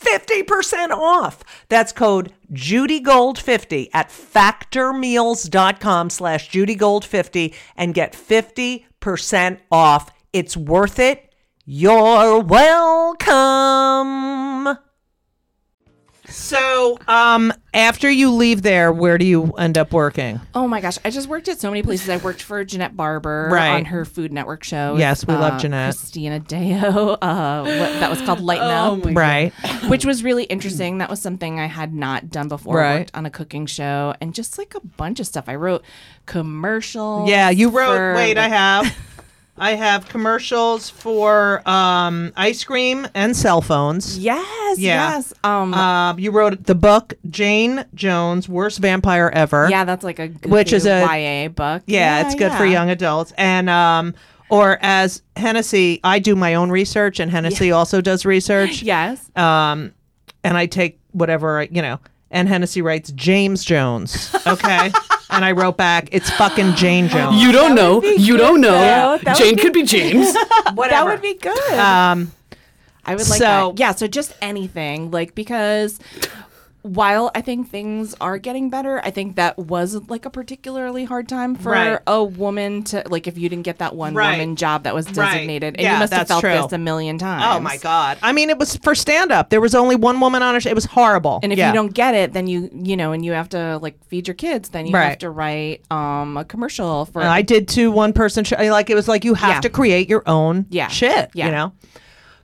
B: 50% off. That's code JudyGold50 at factormeals.com slash JudyGold50 and get 50% off. It's worth it. You're welcome.
G: So, um, after you leave there, where do you end up working?
C: Oh my gosh, I just worked at so many places. I worked for Jeanette Barber
G: Right.
C: on her Food Network show.
G: Yes, we love
C: Uh,
G: Jeanette.
C: Christina Deo, uh, what, that was called Lighten Up,
G: Right.
C: which was really interesting. That was something I had not done before. I
G: Right.
C: worked on a cooking show and just like a bunch of stuff. I wrote commercials.
G: Yeah, you wrote.
C: for,
G: wait, I
C: like-
G: have. [LAUGHS] I have commercials for um, ice cream and cell phones.
C: Yes,
G: Yeah.
C: yes. Um,
G: Um, you wrote the book Jane Jones, Worst Vampire Ever.
C: yeah, that's like a goofy
G: Which is a-
C: YA book.
G: Yeah, it's good for
C: yeah.
G: young adults. And um, or as Hennessy, I do my own research, and Hennessy also does research.
C: Yes.
G: Um, and I take whatever I- you know. And Hennessy writes James Jones.
C: [LAUGHS]
G: Okay. and I wrote back, it's fucking
C: [GASPS]
G: Jane Jones.
D: You don't know. You don't know.
C: though. That
D: Jane could
C: [LAUGHS]
D: be James.
C: That would be good.
G: um,
C: I would like
G: So-
C: that. Yeah, so just anything like because while I think things are getting better, I think that was like a particularly hard time for
G: Right.
C: a woman to like if you didn't get that one
G: Right.
C: woman job that was
G: Right.
C: designated. And
G: Yeah,
C: you must have
G: that's
C: felt
G: true.
C: this a million times.
G: oh my god. I mean, it was for stand up. There was only one woman on a show. It was horrible.
C: And if
G: Yeah.
C: you don't get it, then you you know, and you have to like feed your kids, then you
G: Right.
C: have to write um a commercial for
G: And I did too. One person show. Like it was like you have
C: Yeah.
G: to create your own
C: Yeah.
G: shit.
C: Yeah.
G: You know.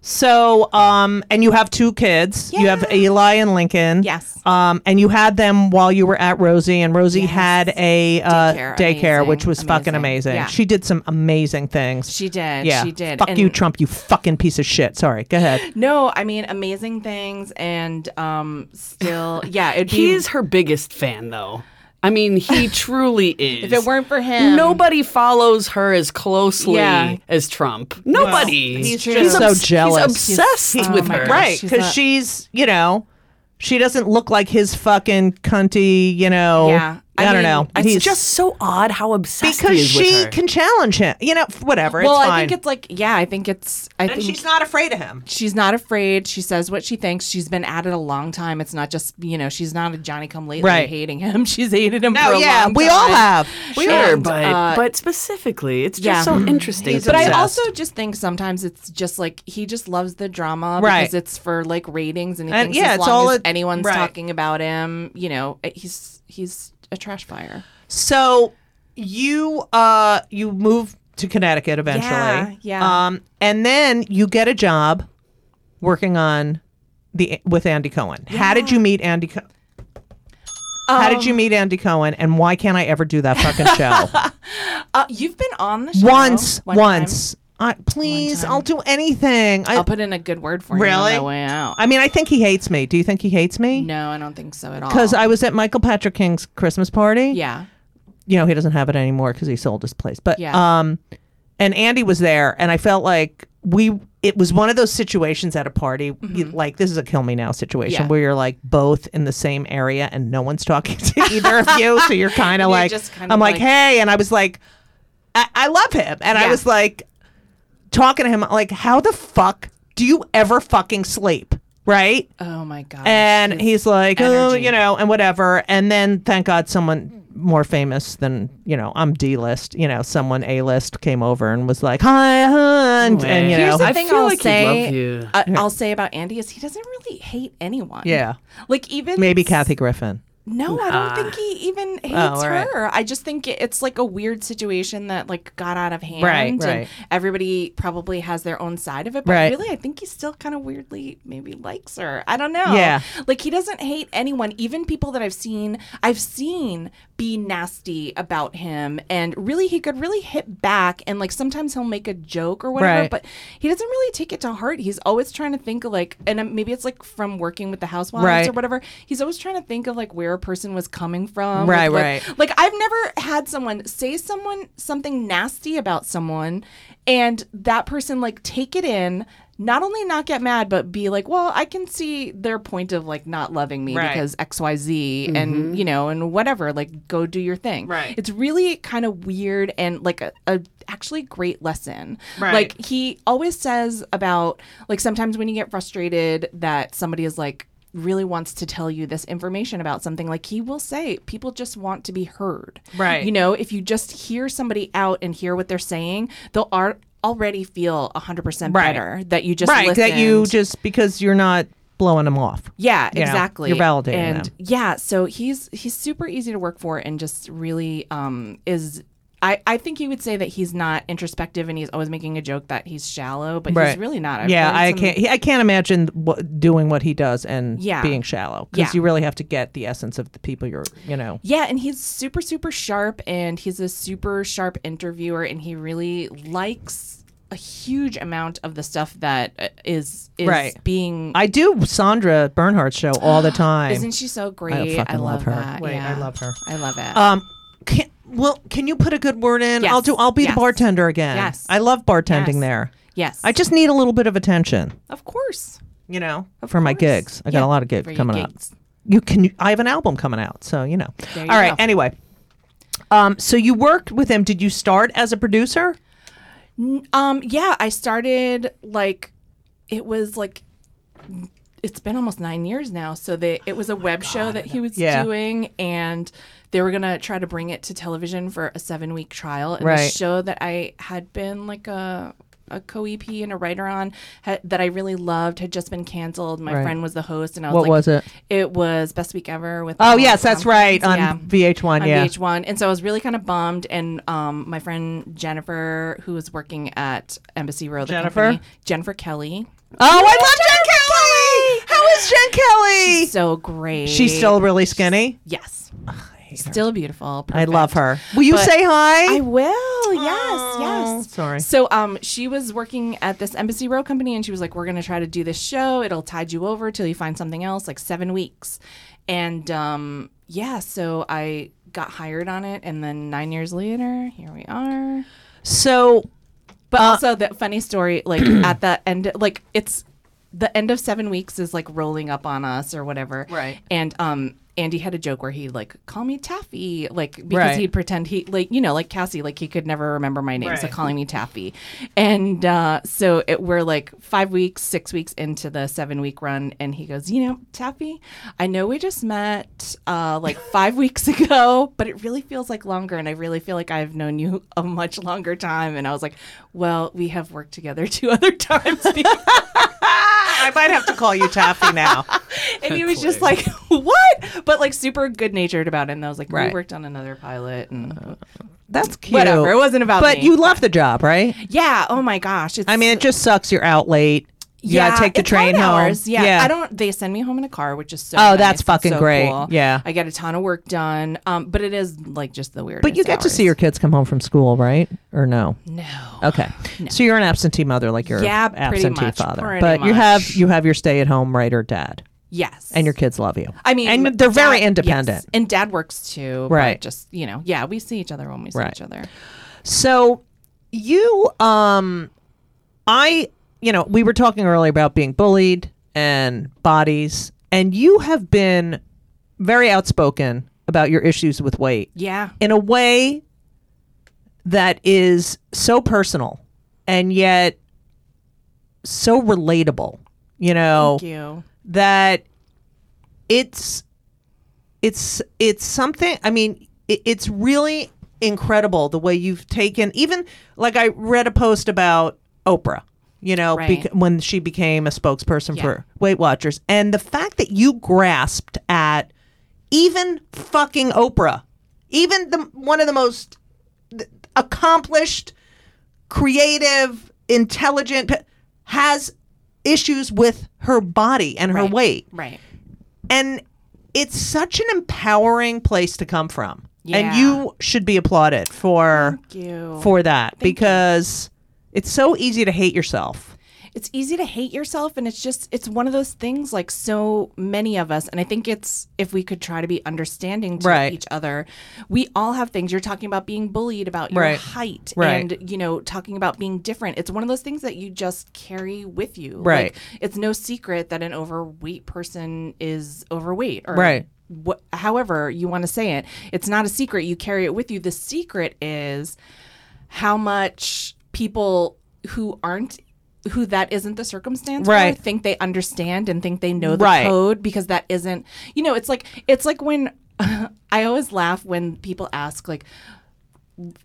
G: So um, and you have two kids. You have Eli and Lincoln.
C: Yes.
G: Um, and you had them while you were at Rosie, and Rosie had a uh, daycare,
C: Daycare.
G: which
C: Amazing.
G: was fucking
C: Amazing.
G: amazing.
C: Yeah.
G: She did some amazing things.
C: she did.
G: yeah.
C: She did.
G: Fuck
C: and
G: you, Trump. You fucking piece of shit. Sorry. Go ahead.
C: No, I mean amazing things and um still yeah, it'd be
D: He is her biggest fan, though. I
C: [LAUGHS]
D: mean, he truly is.
C: if it weren't for him
D: Nobody follows her as closely
C: Yeah.
D: as Trump. Nobody.
C: he's
D: he's
C: true. He's Oh
G: so
D: obs-
G: jealous.
D: He's obsessed with
C: my
D: her.
C: gosh.
G: right
C: she's
G: because
C: not-
G: she's you know she doesn't look like his fucking cunty you know
C: Yeah.
G: i,
C: I
G: don't
C: mean,
G: know
D: It's just so odd how obsessed
G: because
D: he is with
G: she
D: her.
G: can challenge him you know f- whatever
C: Well,
G: it's
C: I
G: fine
C: think it's like yeah, I think it's I
G: and
C: think
G: she's not afraid of him
C: she's not afraid. She says what she thinks. She's been at it a long time. It's not just you know she's not a Johnny come lately
G: Right.
C: hating him. [LAUGHS] She's hated him.
G: no
C: for a
G: Oh, yeah
C: long
G: we
C: time.
G: all have we
D: Sure,
G: all
C: and,
D: but
C: uh,
D: but specifically, it's just
C: yeah.
D: so interesting.
C: But I
D: obsessed.
C: also just think sometimes it's just like he just loves the drama
G: Right.
C: because it's for like ratings and, he
G: And,
C: thinks
G: yeah,
C: as
G: it's
C: long
G: all
C: as
G: a-
C: anyone's
G: right.
C: talking about him, you know, eh, he's he's a trash fire.
G: so you uh you move to connecticut eventually
C: Yeah, yeah.
G: um and then you get a job working on the with andy cohen how did you meet andy cohen How did you
C: Um,
G: meet Andy Cohen, and
C: [LAUGHS]
G: why can't I ever do that fucking show?
C: Uh, you've been on the show
G: once,
C: one time.
G: once,
B: I, please, I'll do anything. I,
C: I'll put in a good word for you on
B: Really?
C: the way out.
B: I mean, I think he hates me. Do you think he hates me?
C: no, I don't think so at all.
B: Because I was at Michael Patrick King's Christmas party.
C: yeah,
B: You know, he doesn't have it anymore because he sold his place. But,
C: Yeah.
B: um, and Andy was there, and I felt like we, it was one of those situations at a party, you- like this is a kill me now situation
C: Mm-hmm. Yeah.
B: where you're like both in the same area and no one's talking to [LAUGHS] either of you. So
C: [LAUGHS]
B: you're kind of like,
C: just kind
B: I'm
C: of
B: like,
C: like-
B: hey. And I was like, I, I love him. And I
C: Yeah.
B: was like, talking to him, like, how the fuck do you ever fucking sleep? Right?
C: oh my god,
B: and he's like, oh,
C: energy.
B: you know, and whatever. And then thank God someone more famous than, you know, I'm D list, you know, someone A list came over and was like, hi, hun. And, you know,
C: Here's the
D: I
C: thing
D: feel
C: I'll
D: like he'd
C: say.
D: love you.
C: I, I'll say about Andy is he doesn't really hate anyone.
B: Yeah.
C: like even
B: maybe Kathy Griffin.
C: No, I don't think he even hates
B: all right.
C: her. I just think it, it's like a weird situation that like got out of hand.
B: Right,
C: and
B: right.
C: Everybody probably has their own side of it, but
B: Right.
C: really, I think he still kind of weirdly maybe likes her. I don't know.
B: Yeah.
C: like he doesn't hate anyone, even people that I've seen. I've seen be nasty about him, and really, he could really hit back. And like sometimes he'll make a joke or whatever,
B: Right.
C: but he doesn't really take it to heart. He's always trying to think like, and um, maybe it's like from working with the housewives
B: Right.
C: or whatever. He's always trying to think of like where a person was coming from.
B: Right,
C: like,
B: right.
C: Like, like, I've never had someone say someone something nasty about someone, and that person like take it in. Not only not get mad, but be like, well, I can see their point of like not loving me
B: Right. Mm-hmm.
C: because X, Y, Z, and you know, and whatever. Like, go do your thing.
B: Right.
C: It's really kind of weird and like a, a actually great lesson.
B: Right.
C: Like he always says about like sometimes when you get frustrated that somebody is like really wants to tell you this information about something like he will say people just want to be heard
B: Right.
C: you know if you just hear somebody out and hear what they're saying they'll ar- already feel 100%
B: Right.
C: better that you just
B: Right. That you
C: listened.
B: just, because you're not blowing them off.
C: Yeah,
B: You know,
C: exactly.
B: you're validating
C: and
B: them.
C: Yeah, so he's he's super easy to work for and just really um is I, I think you would say that he's not introspective and he's always making a joke that he's shallow, but
B: Right.
C: he's really not. I've
B: yeah,
C: heard
B: I
C: some-
B: can't. He, I can't imagine what, doing what he does and
C: Yeah.
B: being shallow because
C: Yeah.
B: you really have to get the essence of the people you're. You know,
C: Yeah, and he's super, super sharp, and he's a super sharp interviewer, and he really likes a huge amount of the stuff that uh, is is
B: Right.
C: being.
B: I do Sandra Bernhardt's show all the time.
C: [GASPS] isn't she so great?
B: fucking love her.
C: That.
B: Wait, I
C: yeah.
B: love her.
C: I love it.
B: Um, can, well, can you put a good word in?
C: Yes.
B: I'll do. I'll be
C: Yes.
B: the bartender again.
C: Yes.
B: I love bartending
C: Yes.
B: there.
C: yes,
B: I just need a little bit of attention,
C: of course.
B: you know, for my
C: course.
B: gigs. I got a
C: Yeah,
B: lot of gigs
C: for your
B: coming up.
C: gigs.
B: You can. I have an album coming out, so you know.
C: There you
B: All right.
C: go.
B: Anyway, um, so you worked with him. Did you start as a producer?
C: Um, yeah, I started like it was like it's been almost nine years now. So they it was a web show that he was
B: Yeah.
C: doing, and they were gonna try to bring it to television for a seven week trial. And the
B: Right.
C: show that I had been like a a co EP and a writer on had, that I really loved had just been canceled. My
B: Right.
C: friend was the host, and I was
B: What
C: like,
B: was it?
C: It was Best Week Ever with.
B: Oh
C: Alan
B: yes, that's right
C: Tompkins.
B: on
C: Yeah
B: VH1.
C: on
B: yeah.
C: VH1. And so I was really kind of bummed. And um, my friend Jennifer, who was working at Embassy Row, the
B: Jennifer?
C: company, Jennifer Kelly,
B: Oh, I love Jen Kelly. How is Jen Kelly? She's,
C: so great.
B: still really skinny.
C: yes, still beautiful.
B: I
C: perfect.
B: love her. Will you say hi?
C: I will. Yes, yes.
B: sorry.
C: So, um, she was working at this Embassy Row company, and she was like, "We're gonna try to do this show. It'll tide you over till you find something else, like seven weeks." And um, yeah, so I got hired on it, and then nine years later, here we are.
B: so
C: But
B: Uh,
C: also the funny story,
B: [CLEARS THROAT]
C: like at the end, like it's the end of seven weeks is like rolling up on us or whatever.
B: Right.
C: And um, Andy had a joke where he like call me Taffy, like because
B: Right.
C: he'd pretend he like you know like Cassie, like he could never remember my name, so calling me Taffy. And uh, so it, we're like five weeks, six weeks into the seven week run, and he goes, you know, Taffy, I know we just met uh, like five weeks ago, but it really feels like longer, and I really feel like I've known you a much longer time. And I was like, well, we have worked together [LAUGHS] two other times. before."
B: I might have to call you Taffy now.
C: and he was just like, [LAUGHS] "What?" But like super good natured about it. And I was like,
B: Right.
C: "We worked on another pilot." And
B: [LAUGHS] That's cute.
C: Whatever, it wasn't about
B: But
C: me.
B: you love the job, right?
C: yeah, oh my gosh, it's,
B: I mean, it just sucks. You're out late. You gotta take the
C: it's long
B: train home.
C: hours. Yeah.
B: Yeah.
C: I don't. They send me home in a car, which is so.
B: Oh,
C: nice.
B: that's
C: It's
B: fucking
C: so
B: great.
C: cool.
B: Yeah.
C: I get a ton of work done. Um, but it is like just the weirdest.
B: But you get to see
C: hours.
B: your kids come home from school, right? Or no?
C: no.
B: Okay. So you're an absentee mother, like your
C: Yeah, pretty
B: absentee
C: much,
B: father.
C: pretty
B: but you have
C: much.
B: you have your stay at home right or dad,
C: Yes.
B: and your kids love you.
C: I mean,
B: and they're
C: dad-
B: very
C: yes.
B: independent.
C: and dad works too. but
B: Right.
C: Just you know, yeah, we see each other when we see
B: Right.
C: each other.
B: So you um I you know, we were talking earlier about being bullied and bodies and you have been very outspoken about your issues with weight
C: Yeah.
B: in a way that is so personal and yet so relatable, you know
C: Thank you.
B: that it's it's it's something i mean it, it's really incredible the way you've taken even like i read a post about oprah you know
C: Right.
B: bec- when she became a spokesperson
C: Yeah.
B: for weight watchers and the fact that you grasped at even fucking oprah even the one of the most accomplished creative intelligent pe- has issues with her body and her
C: Right.
B: weight
C: Right.
B: and it's such an empowering place to come from and
C: Yeah.
B: you should be applauded for
C: Thank you.
B: for that because it's so easy to hate yourself
C: it's easy to hate yourself and it's just it's one of those things like so many of us and i think it's if we could try to be understanding to
B: Right.
C: each other we all have things you're talking about being bullied about your
B: Right.
C: height
B: Right.
C: and you know talking about being different it's one of those things that you just carry with you
B: Right.
C: like, it's no secret that an overweight person is overweight or
B: Right.
C: what, however you want to say it it's not a secret you carry it with you the secret is how much people who aren't who that isn't the circumstance for
B: Right.
C: think they understand and think they know the
B: Right.
C: code because that isn't you know it's like it's like when [LAUGHS] i always laugh when people ask like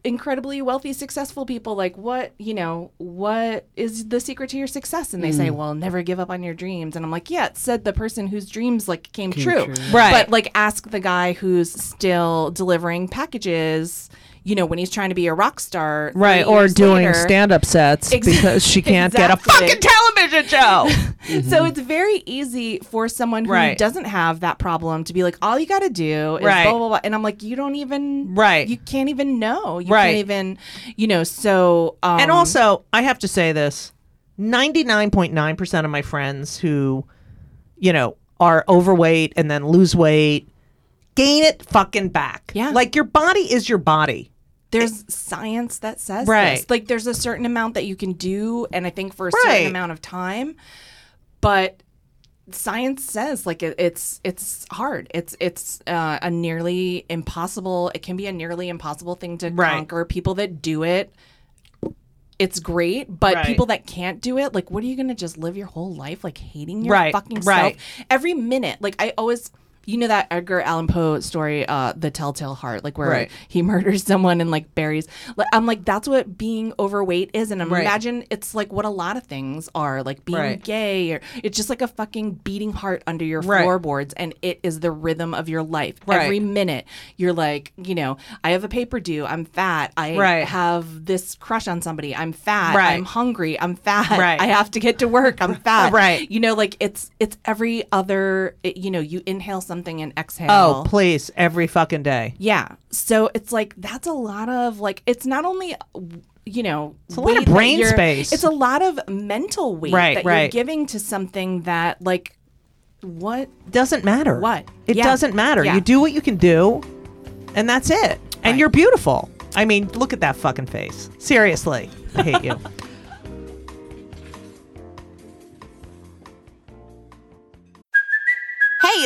C: incredibly wealthy successful people like what you know what is the secret to your success and they say well never give up on your dreams and i'm like yeah it said the person whose dreams like came, true.
B: Right.
C: but like ask the guy who's still delivering packages you know when he's trying to be a rock star three
B: or
C: years
B: doing
C: later.
B: stand-up sets
C: Ex-
B: because she can't
C: Exactly.
B: get a fucking [LAUGHS] television [LAUGHS] show
C: So it's very easy for someone who
B: Right.
C: doesn't have that problem to be like, all you got to do is
B: Right.
C: blah, blah, blah. And I'm like, you don't even,
B: Right.
C: You can't even know. You
B: Right.
C: can't even, you know, so. Um,
B: and also i have to say this 99.9% of my friends who you know are overweight and then lose weight gain it fucking back
C: Yeah.
B: like your body is your body
C: there's science that says
B: Right.
C: this. Like there's a certain amount that you can do, and I think for a
B: Right.
C: certain amount of time, but science says like it, it's it's hard. It's it's uh, a nearly impossible. It can be a nearly impossible thing to
B: Right.
C: conquer. People that do it. It's great, but
B: Right.
C: people that can't do it, like, what are you gonna just live your whole life like hating your
B: Right,
C: fucking
B: right.
C: self? Every minute, like, I always, you know, that Edgar Allan Poe story, uh, "The Telltale Heart," like where
B: Right.
C: he [LAUGHS] murders someone and like buries. Like, I'm like, that's what being overweight is, and imagine it's like what a lot of things are, like being
B: Right.
C: gay, or it's just like a fucking beating heart under your
B: Right.
C: floorboards, and it is the rhythm of your life.
B: Right.
C: Every minute, you're like, you know, I have a paper due. I'm fat. I
B: Right.
C: have this crush on somebody. I'm fat.
B: Right.
C: I'm hungry. I'm fat.
B: Right.
C: I have to get to work.
B: [LAUGHS]
C: I'm fat.
B: Right.
C: You know, like it's it's every other. it- you know, you inhale something and exhale.
B: oh please every fucking day
C: Yeah. So it's like that's a lot of like it's not only you know it's
B: a lot of brain space.
C: It's a lot of mental weight
B: Right,
C: that you're
B: right.
C: giving to something that like what
B: doesn't matter.
C: What?
B: It
C: Yeah.
B: doesn't matter.
C: Yeah.
B: You do what you can do, and that's it. And
C: Right.
B: you're beautiful. I mean, look at that fucking face. Seriously, I hate
C: [LAUGHS]
B: you.
H: Hey,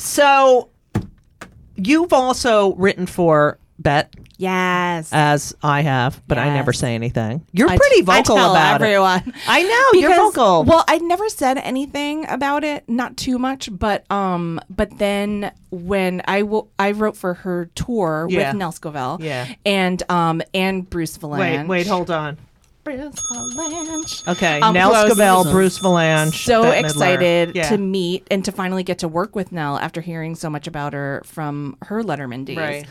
B: So, you've also written for bet
C: Yes.
B: as I have, but I never
C: Yes.
B: say anything. You're
C: I t-
B: Uh, pretty vocal
C: I tell
B: about it.
C: everyone.
B: I know you're
C: Because-
B: vocal.
C: Well, I never said anything about it, not too much, but um, but then when I wo- I wrote for her tour
B: Yeah.
C: with Nell Scovell,
B: Yeah.
C: and um, and Bruce Valanche.
B: wait, wait, hold on.
C: Bruce Valanche.
B: Okay,
C: Um,
B: Nell
C: close.
B: Scovell, Bruce Valanche.
C: So
B: Bette Midler.
C: excited
B: Yeah.
C: to meet and to finally get to work with Nell after hearing so much about her from her Letterman days.
B: Right.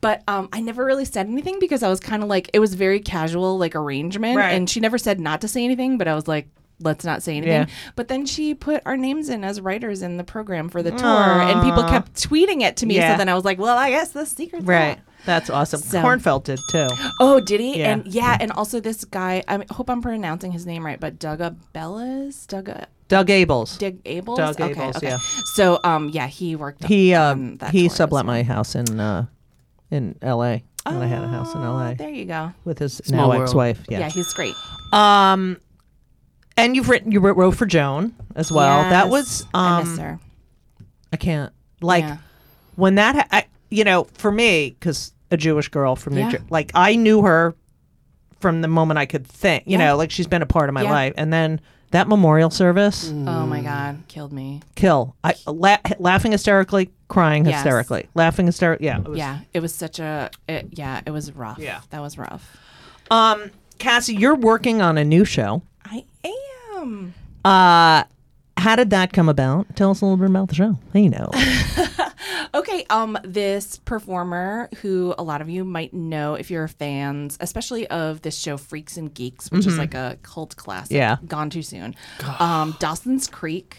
C: But um, I never really said anything because I was kind of like it was very casual like arrangement,
B: Right.
C: and she never said not to say anything, but I was like. Let's not say anything.
B: Yeah.
C: But then she put our names in as writers in the program for the tour, and people kept tweeting it to me.
B: Yeah.
C: So then I was like, "Well, I guess the secret's
B: Right.
C: out.
B: That's awesome.
C: So-
B: Cornfeld did too.
C: Oh, did he?
B: Yeah.
C: And yeah, and also this guy. I hope I'm pronouncing his name right, but Doug Bellas, Doug
B: Doug Abels.
C: Doug Abels.
B: Doug Abels, yeah.
C: So, um, yeah, he worked.
B: he
C: on
B: um
C: that
B: he
C: tour as
B: sublet my house in uh in L.A. when I had a house in
C: well.
B: L.A.
C: Oh, There you go.
B: with his
D: Small
B: now
D: world.
B: ex-wife.
C: Yeah.
B: Yeah.
C: he's great.
B: Um, and you've written you wrote, wrote for Joan as well. That
C: Yes,
B: was um
C: I miss her.
B: I can't like
C: Yeah.
B: when that ha- I, you know for me because a Jewish girl from New
C: Yeah.
B: Jersey like I knew her from the moment I could think you
C: Yeah.
B: know like she's been a part of my
C: Yeah.
B: life and then that memorial service uh,
C: Oh my god, killed me.
B: kill I la- laughing hysterically crying
C: Yes.
B: hysterically laughing hysterically yeah it was-
C: Yeah, it was such a. It, yeah, it was rough.
B: Yeah.
C: that was rough.
B: um Cassie you're working on a new show
C: I am.
B: uh how did that come about tell us a little bit about the show they [LAUGHS] know
C: Okay, um, this performer who a lot of you might know if you're fans, especially of this show Freaks and Geeks, which is like a cult classic.
B: Yeah.
C: Gone too soon. Um, Dawson's Creek,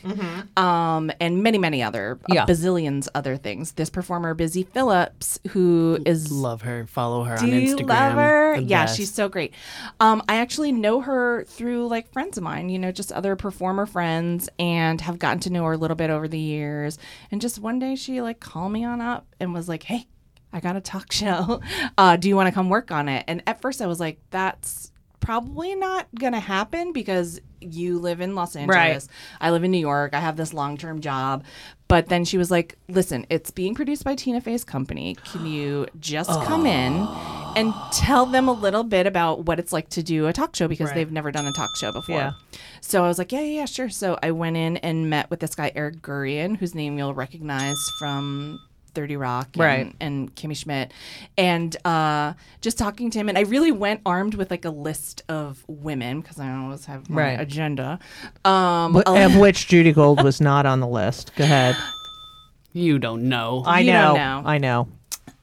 C: um, and many, many other
B: Yeah.
C: yeah. bazillions other things. This performer, Busy Phillips, who is
D: Love her. Follow her on
C: do you
D: Instagram.
C: love her?
D: The
C: Yeah,
D: best.
C: she's so great. Um, I actually know her through like friends of mine, you know, just other performer friends, and have gotten to know her a little bit over the years. And just one day she like called me on up and was like, "Hey, I got a talk show. [LAUGHS] Uh, do you want to come work on it?" And at first I was like, "That's." Probably not gonna happen because you live in Los Angeles. I live in New York. I have this long term job. But then she was like, listen, it's being produced by Tina Fey's company. Can you just come in and tell them a little bit about what it's like to do a talk show because they've never done a talk show before?
B: Yeah.
C: So I was like, yeah, yeah, yeah, sure. So I went in and met with this guy, Eric Gurian, whose name you'll recognize from 30 Rock and,
B: Right.
C: and Kimmy Schmidt. And uh, just talking to him. And I really went armed with like a list of women because I always have my
B: Right.
C: agenda. Um,
B: Wh- of which Judy Gold was not on the list go ahead
D: You don't know.
B: I
C: You
B: know,
C: don't know.
B: I know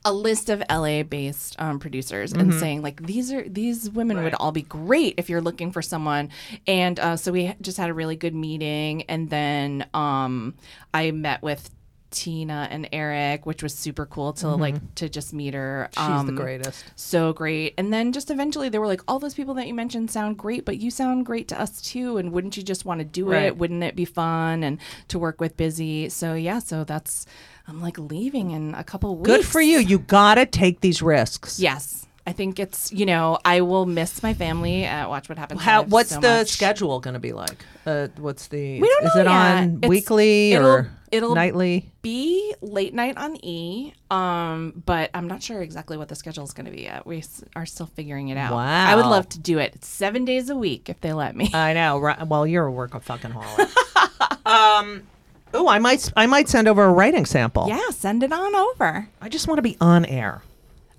C: a list of LA based um, producers and
B: Mm-hmm.
C: saying like these are these women would all be great if you're looking for someone and uh, so we just had a really good meeting and then um, I met with Tina and Eric which was super cool to
B: Mm-hmm.
C: like to just meet her she's so great. And then just eventually they were like, all those people that you mentioned sound great, but you sound great to us too. And wouldn't you just want to do
B: Right.
C: it? Wouldn't it be fun and to work with Busy? So yeah, so that's I'm like leaving in a couple weeks.
B: Good for you. You gotta take these risks.
C: Yes. I think it's you know, I will miss my family at Watch What Happens.
B: How,
C: Live
B: what's
C: so
B: the
C: much.
B: schedule going to be like? Uh, what's the?
C: We don't
B: is
C: know
B: it
C: yet.
B: on
C: It's-
B: weekly or
C: it'll- it'll-
B: nightly?
C: Be late night on E, um, but I'm not sure exactly what the schedule is going to be yet. We s- are still figuring it out. I would
B: Wow.
C: love to do it It's seven days a week if they let me.
B: I know. Right, well, you're a work fucking holic. [LAUGHS] um, oh, I might. I might send over a writing sample.
C: yeah, send it on over.
B: I just want to be on air.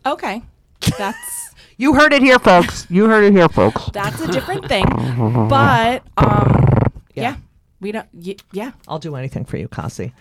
C: Okay. [LAUGHS] That's
B: You heard it here, folks. You heard it here, folks.
C: that's a different thing. But um yeah. We don't y- yeah.
B: I'll do anything for you, Kasi.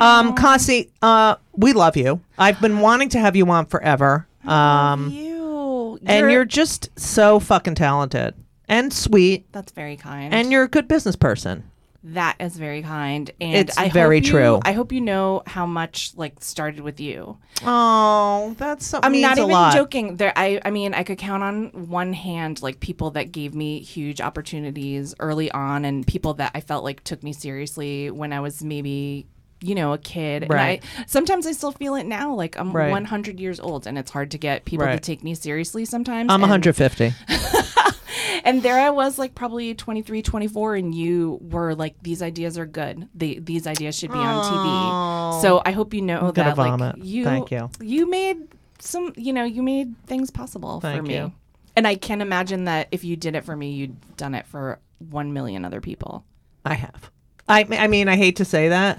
B: Um, Kasi, uh, we love you. I've [SIGHS] been wanting to have you on forever. Um,
C: You
B: and you're just so fucking talented and sweet
C: that's very kind.
B: and you're a good business person
C: that is very kind and
B: It's
C: I
B: very
C: hope you-
B: true.
C: I hope you know how much like started with you.
B: oh that's so,
C: I'm
B: means
C: not
B: a
C: even
B: lot.
C: joking. There, I, I mean, I could count on one hand like people that gave me huge opportunities early on, and people that I felt like took me seriously when I was maybe, you know, a kid.
B: Right.
C: And I, sometimes I still feel it now. Like I'm
B: Right.
C: 100 years old, and it's hard to get people to
B: Right.
C: take me seriously sometimes.
B: i'm
C: and-
B: 150
C: and there I was, like probably 23, 24, and you were like, "These ideas are good. They, these ideas should be on TV." So I hope you know
B: gonna
C: that, like,
B: vomit.
C: you,
B: Thank you.
C: you made some, you know, you made things possible
B: Thank
C: for me.
B: you.
C: And I can imagine that if you did it for me, you'd done it for one million other people.
B: I have. I I mean, I hate to say that,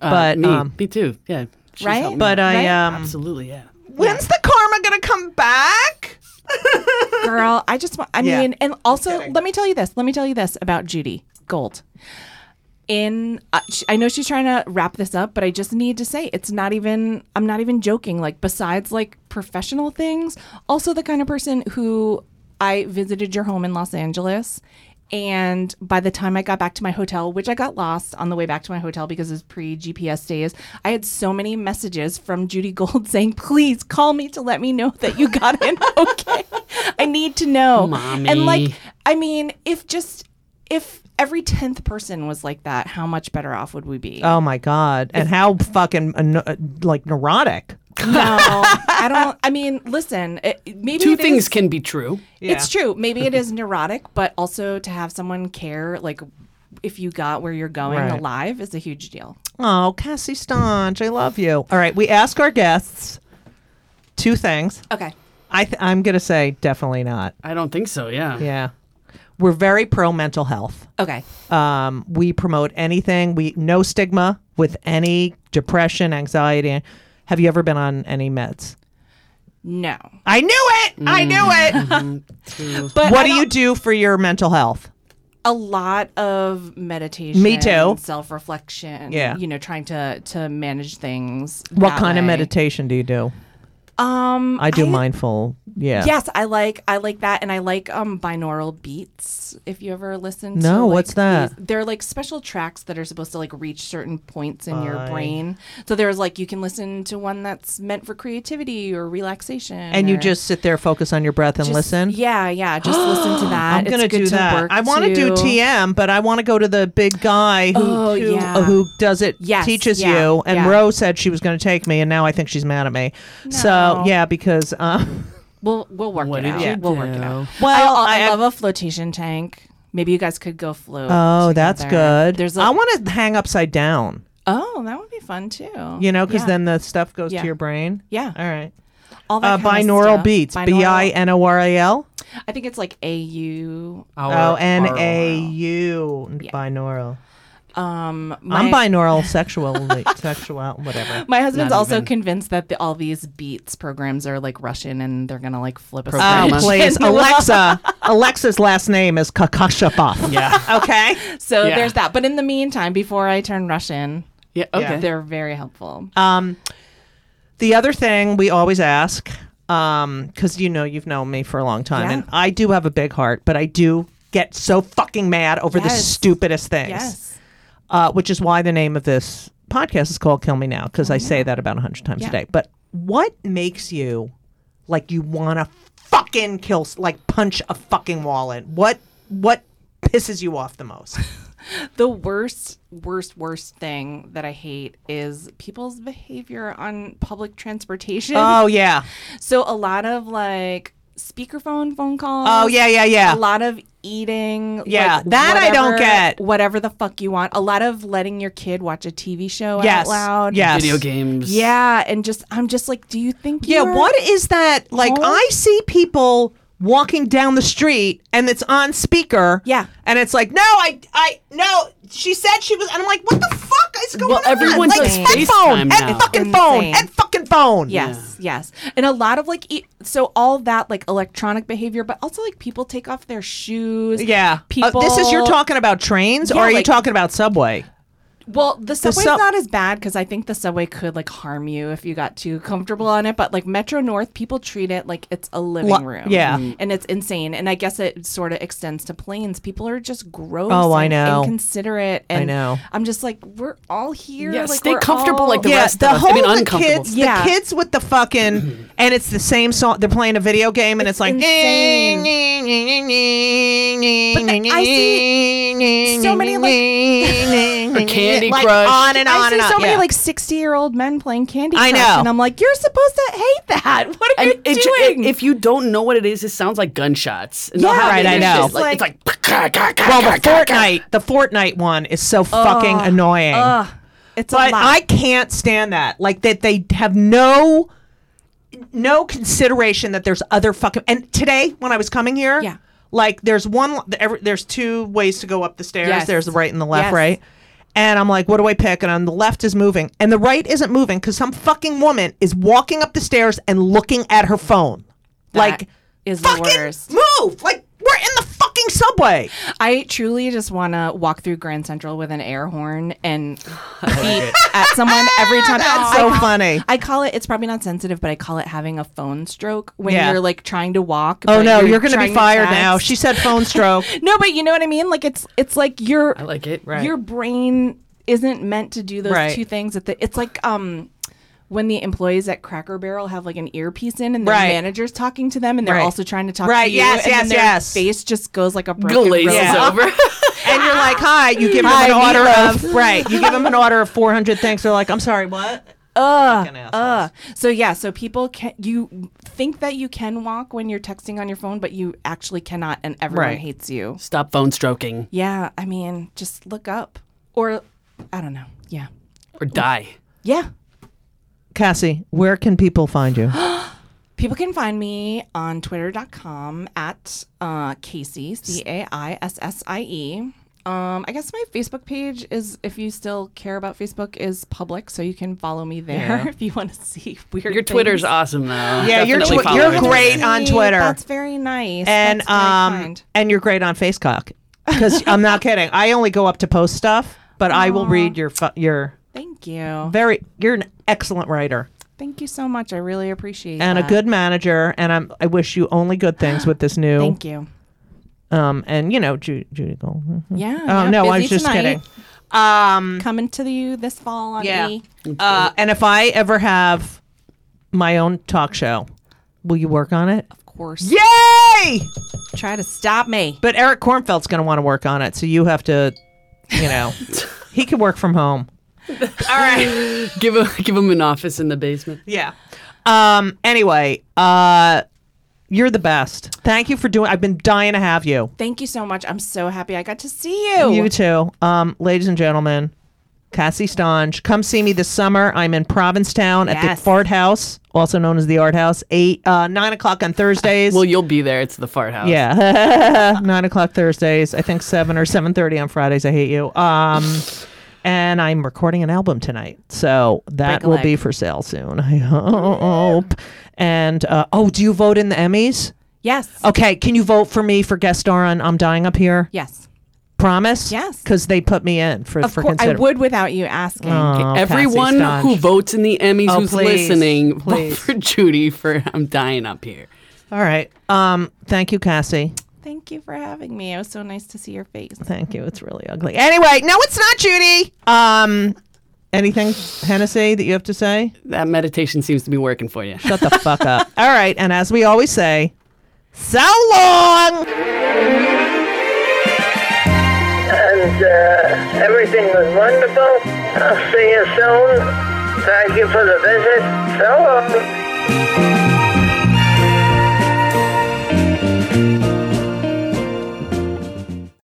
D: Uh,
B: but
D: me,
B: um,
D: me too. Yeah, She's
C: Right?
D: helped me
B: but
D: out.
B: I
C: Right?
B: um,
D: absolutely yeah.
B: when's the karma gonna come back?
C: Girl, I just want, I
B: Yeah.
C: mean, and also, let me tell you this. Let me tell you this about Judy Gold. In, uh, sh- I know she's trying to wrap this up, but I just need to say it's not even, I'm not even joking. Like, besides like professional things, also the kind of person who I visited your home in Los Angeles. And by the time I got back to my hotel, which I got lost on the way back to my hotel because it was pre GPS days, I had so many messages from Judy Gold [LAUGHS] saying, please call me to let me know that you got in [LAUGHS] okay. I need to know. And like,
D: Mommy.
C: I mean, if just, if every 10th person was like that, how much better off would we be?
B: Oh my god! And how fucking uh, uh, like neurotic?
C: No, [LAUGHS] I don't. I mean, listen, it, it- maybe
D: Two
C: it
D: things
C: is-
D: can be true.
C: It's true. Maybe
B: [LAUGHS]
C: it is neurotic, but also to have someone care, like if you got where you're going
B: Right.
C: alive, is a huge deal.
B: Oh, Cassie Staunch, I love you. All right, we ask our guests two things.
C: Okay.
B: I th- I'm gonna say definitely not.
D: I don't think so. Yeah.
B: Yeah, we're very pro mental health.
C: Okay.
B: Um, we promote anything. We no stigma with any depression, anxiety. Have you ever been on any meds?
C: No.
B: I knew it. I knew [LAUGHS] it.
C: But
B: Mm. Mm-hmm. what
C: I
B: do you
C: don't-
B: do for your mental health?
C: a lot of meditation.
B: Me too.
C: Self reflection.
B: Yeah.
C: You know, trying to to manage things.
B: What
C: that
B: kind of
C: way.
B: meditation do you do?
C: Um,
B: I do mindful. Yeah.
C: Yes, I like I like that, and I like um binaural beats. If you ever listen, to
B: No,
C: like,
B: what's that?
C: these- they're like special tracks that are supposed to like reach certain points in your brain. So there's like you can listen to one that's meant for creativity or relaxation,
B: And you
C: or
B: just sit there, focus on your breath, and
C: just-
B: listen.
C: Yeah, yeah, just
B: [GASPS]
C: listen to that.
B: I'm
C: It's
B: gonna
C: good
B: do
C: to
B: that.
C: work
B: I want to do
C: to-
B: TM, but I want to go to the big guy who
C: Oh,
B: who,
C: yeah.
B: uh, who does it
C: Yes,
B: teaches
C: yeah,
B: you. And
C: yeah.
B: Rose said she was going to take me, and now I think she's mad at me. So
C: No.
B: yeah, because um,
C: We'll we'll work
D: What
C: it
D: did
C: out.
D: you
C: We'll work it
D: do?
C: out.
B: Well,
C: I, I
B: I-
C: love a flotation tank. Maybe you guys could go float.
B: [LAUGHS] oh, that's
C: together.
B: good.
C: There's
B: I
C: a,
B: want to hang upside down,
C: oh, that would be fun too.
B: you know, because
C: Yeah.
B: then the stuff goes
C: Yeah.
B: to your brain.
C: Yeah.
B: All right.
C: all that
B: Uh,
C: kind of
B: binaural
C: stuff.
B: beats.
C: Binaural-
B: B i n o r a l.
C: I think it's like AU.
B: Oh,
D: Our-
B: n
D: our-
B: a u binaural.
C: Um, my,
B: I'm binaural
C: [LAUGHS]
B: sexually, sexual, whatever.
C: My husband's
D: Not
C: also
D: even.
C: convinced that the, all these beats programs are like Russian and they're gonna like flip us.
B: Oh,
D: Program
C: off. [LAUGHS]
D: us.
B: please, Alexa. Alexa's last name is Kakashapov.
D: Yeah.
B: Okay.
C: So
D: Yeah.
C: there's that. But in the meantime, before I turn Russian,
D: yeah. Okay.
C: they're very helpful.
B: Um, the other thing we always ask, um, because you know you've known me for a long time,
C: Yeah.
B: and I do have a big heart, but I do get so fucking mad over the
C: Yes.
B: stupidest things.
C: yes.
B: uh, which is why the name of this podcast is called Kill Me Now, because
C: Oh,
B: I say that about 100 times a day. But what makes you like you want to fucking kill, s- like punch a fucking wall in? What, what pisses you off the most?
C: The worst, worst, worst thing that I hate is people's behavior on public transportation.
B: oh, yeah.
C: So a lot of like speakerphone phone calls.
B: Oh, yeah, yeah,
C: a
B: yeah.
C: lot of eating.
B: Yeah,
C: like,
B: that I don't get.
C: Whatever the fuck you want. A lot of letting your kid watch a TV show
B: Yes.
C: out loud.
B: Yes.
D: Video games.
C: Yeah, and just I'm just like, do you think?
B: Yeah.
C: you're-
B: What is that? Like,
C: Huh?
B: I see people walking down the street and it's on speaker.
C: Yeah.
B: And it's like, no, I, I, no, she said she was. And I'm like, what the fuck is going
D: Well,
B: on?
D: everyone
B: like,
D: does
B: fuck phone,
D: FaceTime
B: and
D: now.
B: fucking phone,
C: Insane.
B: and fucking phone.
C: Yes, yes, and a lot of like, e- so all that like electronic behavior, but also like people take off their shoes.
B: Yeah. Uh,
C: people.
B: this is you're talking about trains or
C: Yeah,
B: are you
C: like-
B: talking about subway?
C: Well, the subway's
B: sub-
C: not as bad because I think the subway could like harm you if you got too comfortable on it. But like Metro North, people treat it like it's a living
B: Lo-
C: room.
B: yeah. Mm.
C: and it's insane. And I guess it sort of extends to planes. People are just gross.
B: Oh, I
C: and
B: know.
C: Inconsiderate. And
B: know.
C: I'm just like, we're all here.
D: Yeah,
C: like,
D: stay
C: we're
D: comfortable
C: all-
D: like the
B: yeah,
D: rest
B: the
D: of us.
B: whole
D: I mean,
B: the
D: uncomfortable.
B: kids,
C: Yeah.
B: the kids with the fucking, and it's the same song. They're playing a video game, and it's, like.
C: insane. But then I see so many,
D: [LAUGHS]
B: like
D: Candy
B: like,
D: Crush.
B: on and on
C: I see
B: and on.
C: so many
B: yeah.
C: like 60 year old men playing Candy Crush.
B: I know.
C: And I'm like, you're supposed to hate that. [LAUGHS] What are
D: And
C: you
D: it, ju-
C: doing?
D: it- if you don't know what it is, it sounds like gunshots. And they'll
C: Yeah,
D: have
B: right,
D: it
B: I
D: in
B: know.
D: shit, Like, it's like [LAUGHS]
B: well, the [LAUGHS] Fortnite, the Fortnite one is so fucking annoying.
C: Ugh, it's a
B: but
C: lot.
B: I can't stand that. Like that they have no no consideration that there's other fucking. And today, when I was coming here,
C: Yeah.
B: like there's one, every, there's two ways to go up the stairs.
C: Yes.
B: There's the right and the left,
C: Yes.
B: right? And I'm like, what do I pick? And on the left is moving, and the right isn't moving because some fucking woman is walking up the stairs and looking at her phone. like,
C: is the
B: fucking
C: worst. Oh,
B: move! Like we're in the fucking subway.
C: I truly just want to walk through Grand Central with an air horn
B: [LAUGHS]
C: and beep at someone every time.
B: That's
C: I
B: so
C: call-
B: funny.
C: I call it. It's probably not sensitive, but I call it having a phone stroke when
B: Yeah.
C: you're like trying to walk.
B: Oh
C: but
B: no, you're, gonna
C: trying
B: be fired now.
C: text.
B: She said phone
C: [LAUGHS]
B: stroke.
C: no, but you know what I mean. Like it's it's like your
D: I like it. Right.
C: your brain isn't meant to do those
B: Right.
C: two things at the. It's like um. When the employees at Cracker Barrel have like an earpiece in and their
B: Right.
C: manager's talking to them and they're
B: Right.
C: also trying to talk
B: Right,
C: to you,
B: yes,
C: and
B: yes,
C: then their
B: yes.
C: face just goes like a broken
D: Glaze is
B: [LAUGHS]
C: robot.
D: over.
B: and you're like, "Hi," you give them
C: Hi,
B: an order
C: meatloaf.
B: of right. You give them an order of 400 things. They're like, "I'm sorry, what?"
C: Ugh. Ugh. So yeah, so people can you think that you can walk when you're texting on your phone, but you actually cannot, and everyone
B: Right.
C: hates you.
D: Stop phone stroking
C: Yeah, I mean, just look up, or I don't know. Yeah,
D: or die.
C: yeah.
B: Cassie, where can people find
C: [GASPS]
B: you?
C: People can find me on twitter.com at uh, Casey, C A I S S I E. Um, I guess my Facebook page is, if you still care about Facebook, is public, so you can follow me there [LAUGHS] if you want to see weird.
D: Your Twitter's
C: things.
D: awesome though.
B: Yeah, your Twi-
D: Definitely follow
B: your
D: it.
B: great- on Twitter.
C: That's very nice.
B: and
C: That's very
B: um,
C: kind.
B: and you're great on Facecock because I'm not kidding. I only go up to post stuff, but I will read your fu- your
C: thank you,
B: very. You're an excellent writer
C: thank you so much. I really appreciate
B: and
C: that.
B: a good manager, and I'm. I wish you only good things with
C: [GASPS]
B: this new.
C: Thank you.
B: Um, and you know, Ju- Judy Gold.
C: Yeah.
B: Oh
C: yeah,
B: no, I
C: busy
B: was just
C: tonight.
B: kidding. Um,
C: Coming to you this fall on
B: Yeah.
C: E.
B: uh, and if I ever have my own talk show, will you work on it?
C: Of course.
B: Yay!
C: Try to stop me.
B: But Eric Kornfeld's going to want to work on it, so you have to, you [LAUGHS] know, he can work from home. All right.
D: [LAUGHS] Give him give him an office in the basement.
B: Yeah. Um. Anyway, uh, you're the best. Thank you for doing. I've been dying to have you.
C: Thank you so much. I'm so happy I got to see you.
B: You too. Um, ladies and gentlemen, Cassie Stange, come see me this summer. I'm in Provincetown at
C: Yes.
B: the Fart House, also known as the Art House, eight uh, nine o'clock on Thursdays.
D: Well, you'll be there. It's the fart house.
B: yeah, [LAUGHS] nine o'clock Thursdays. I think seven or seven thirty on Fridays. I hate you. Um, and I'm recording an album tonight, so that
C: Break a
B: will
C: leg.
B: be for sale soon. I hope. And uh, oh, do you vote in the Emmys?
C: Yes.
B: Okay, can you vote for me for guest star on I'm Dying Up Here?
C: Yes.
B: Promise?
C: Yes.
B: Because they put me in for,
C: Of
B: for
C: course, I
B: consider-
C: would without you asking.
B: Oh,
D: Everyone
B: Cassie Stange.
D: who votes in the Emmys
B: Oh,
D: who's
B: please,
D: listening,
B: please.
D: vote for Judy for I'm dying up here.
B: All right. Um, thank you, Cassie.
C: Thank you for having me. It was so nice to see your face.
B: Thank you. It's really ugly. Anyway, no, it's not, Judy. Um, anything, Hennessy, that you have to say?
D: That meditation seems to be working for you.
B: Shut the fuck up. All right. And as we always say, so long.
I: and uh, everything was wonderful. I'll see you soon. Thank you for the visit. So long.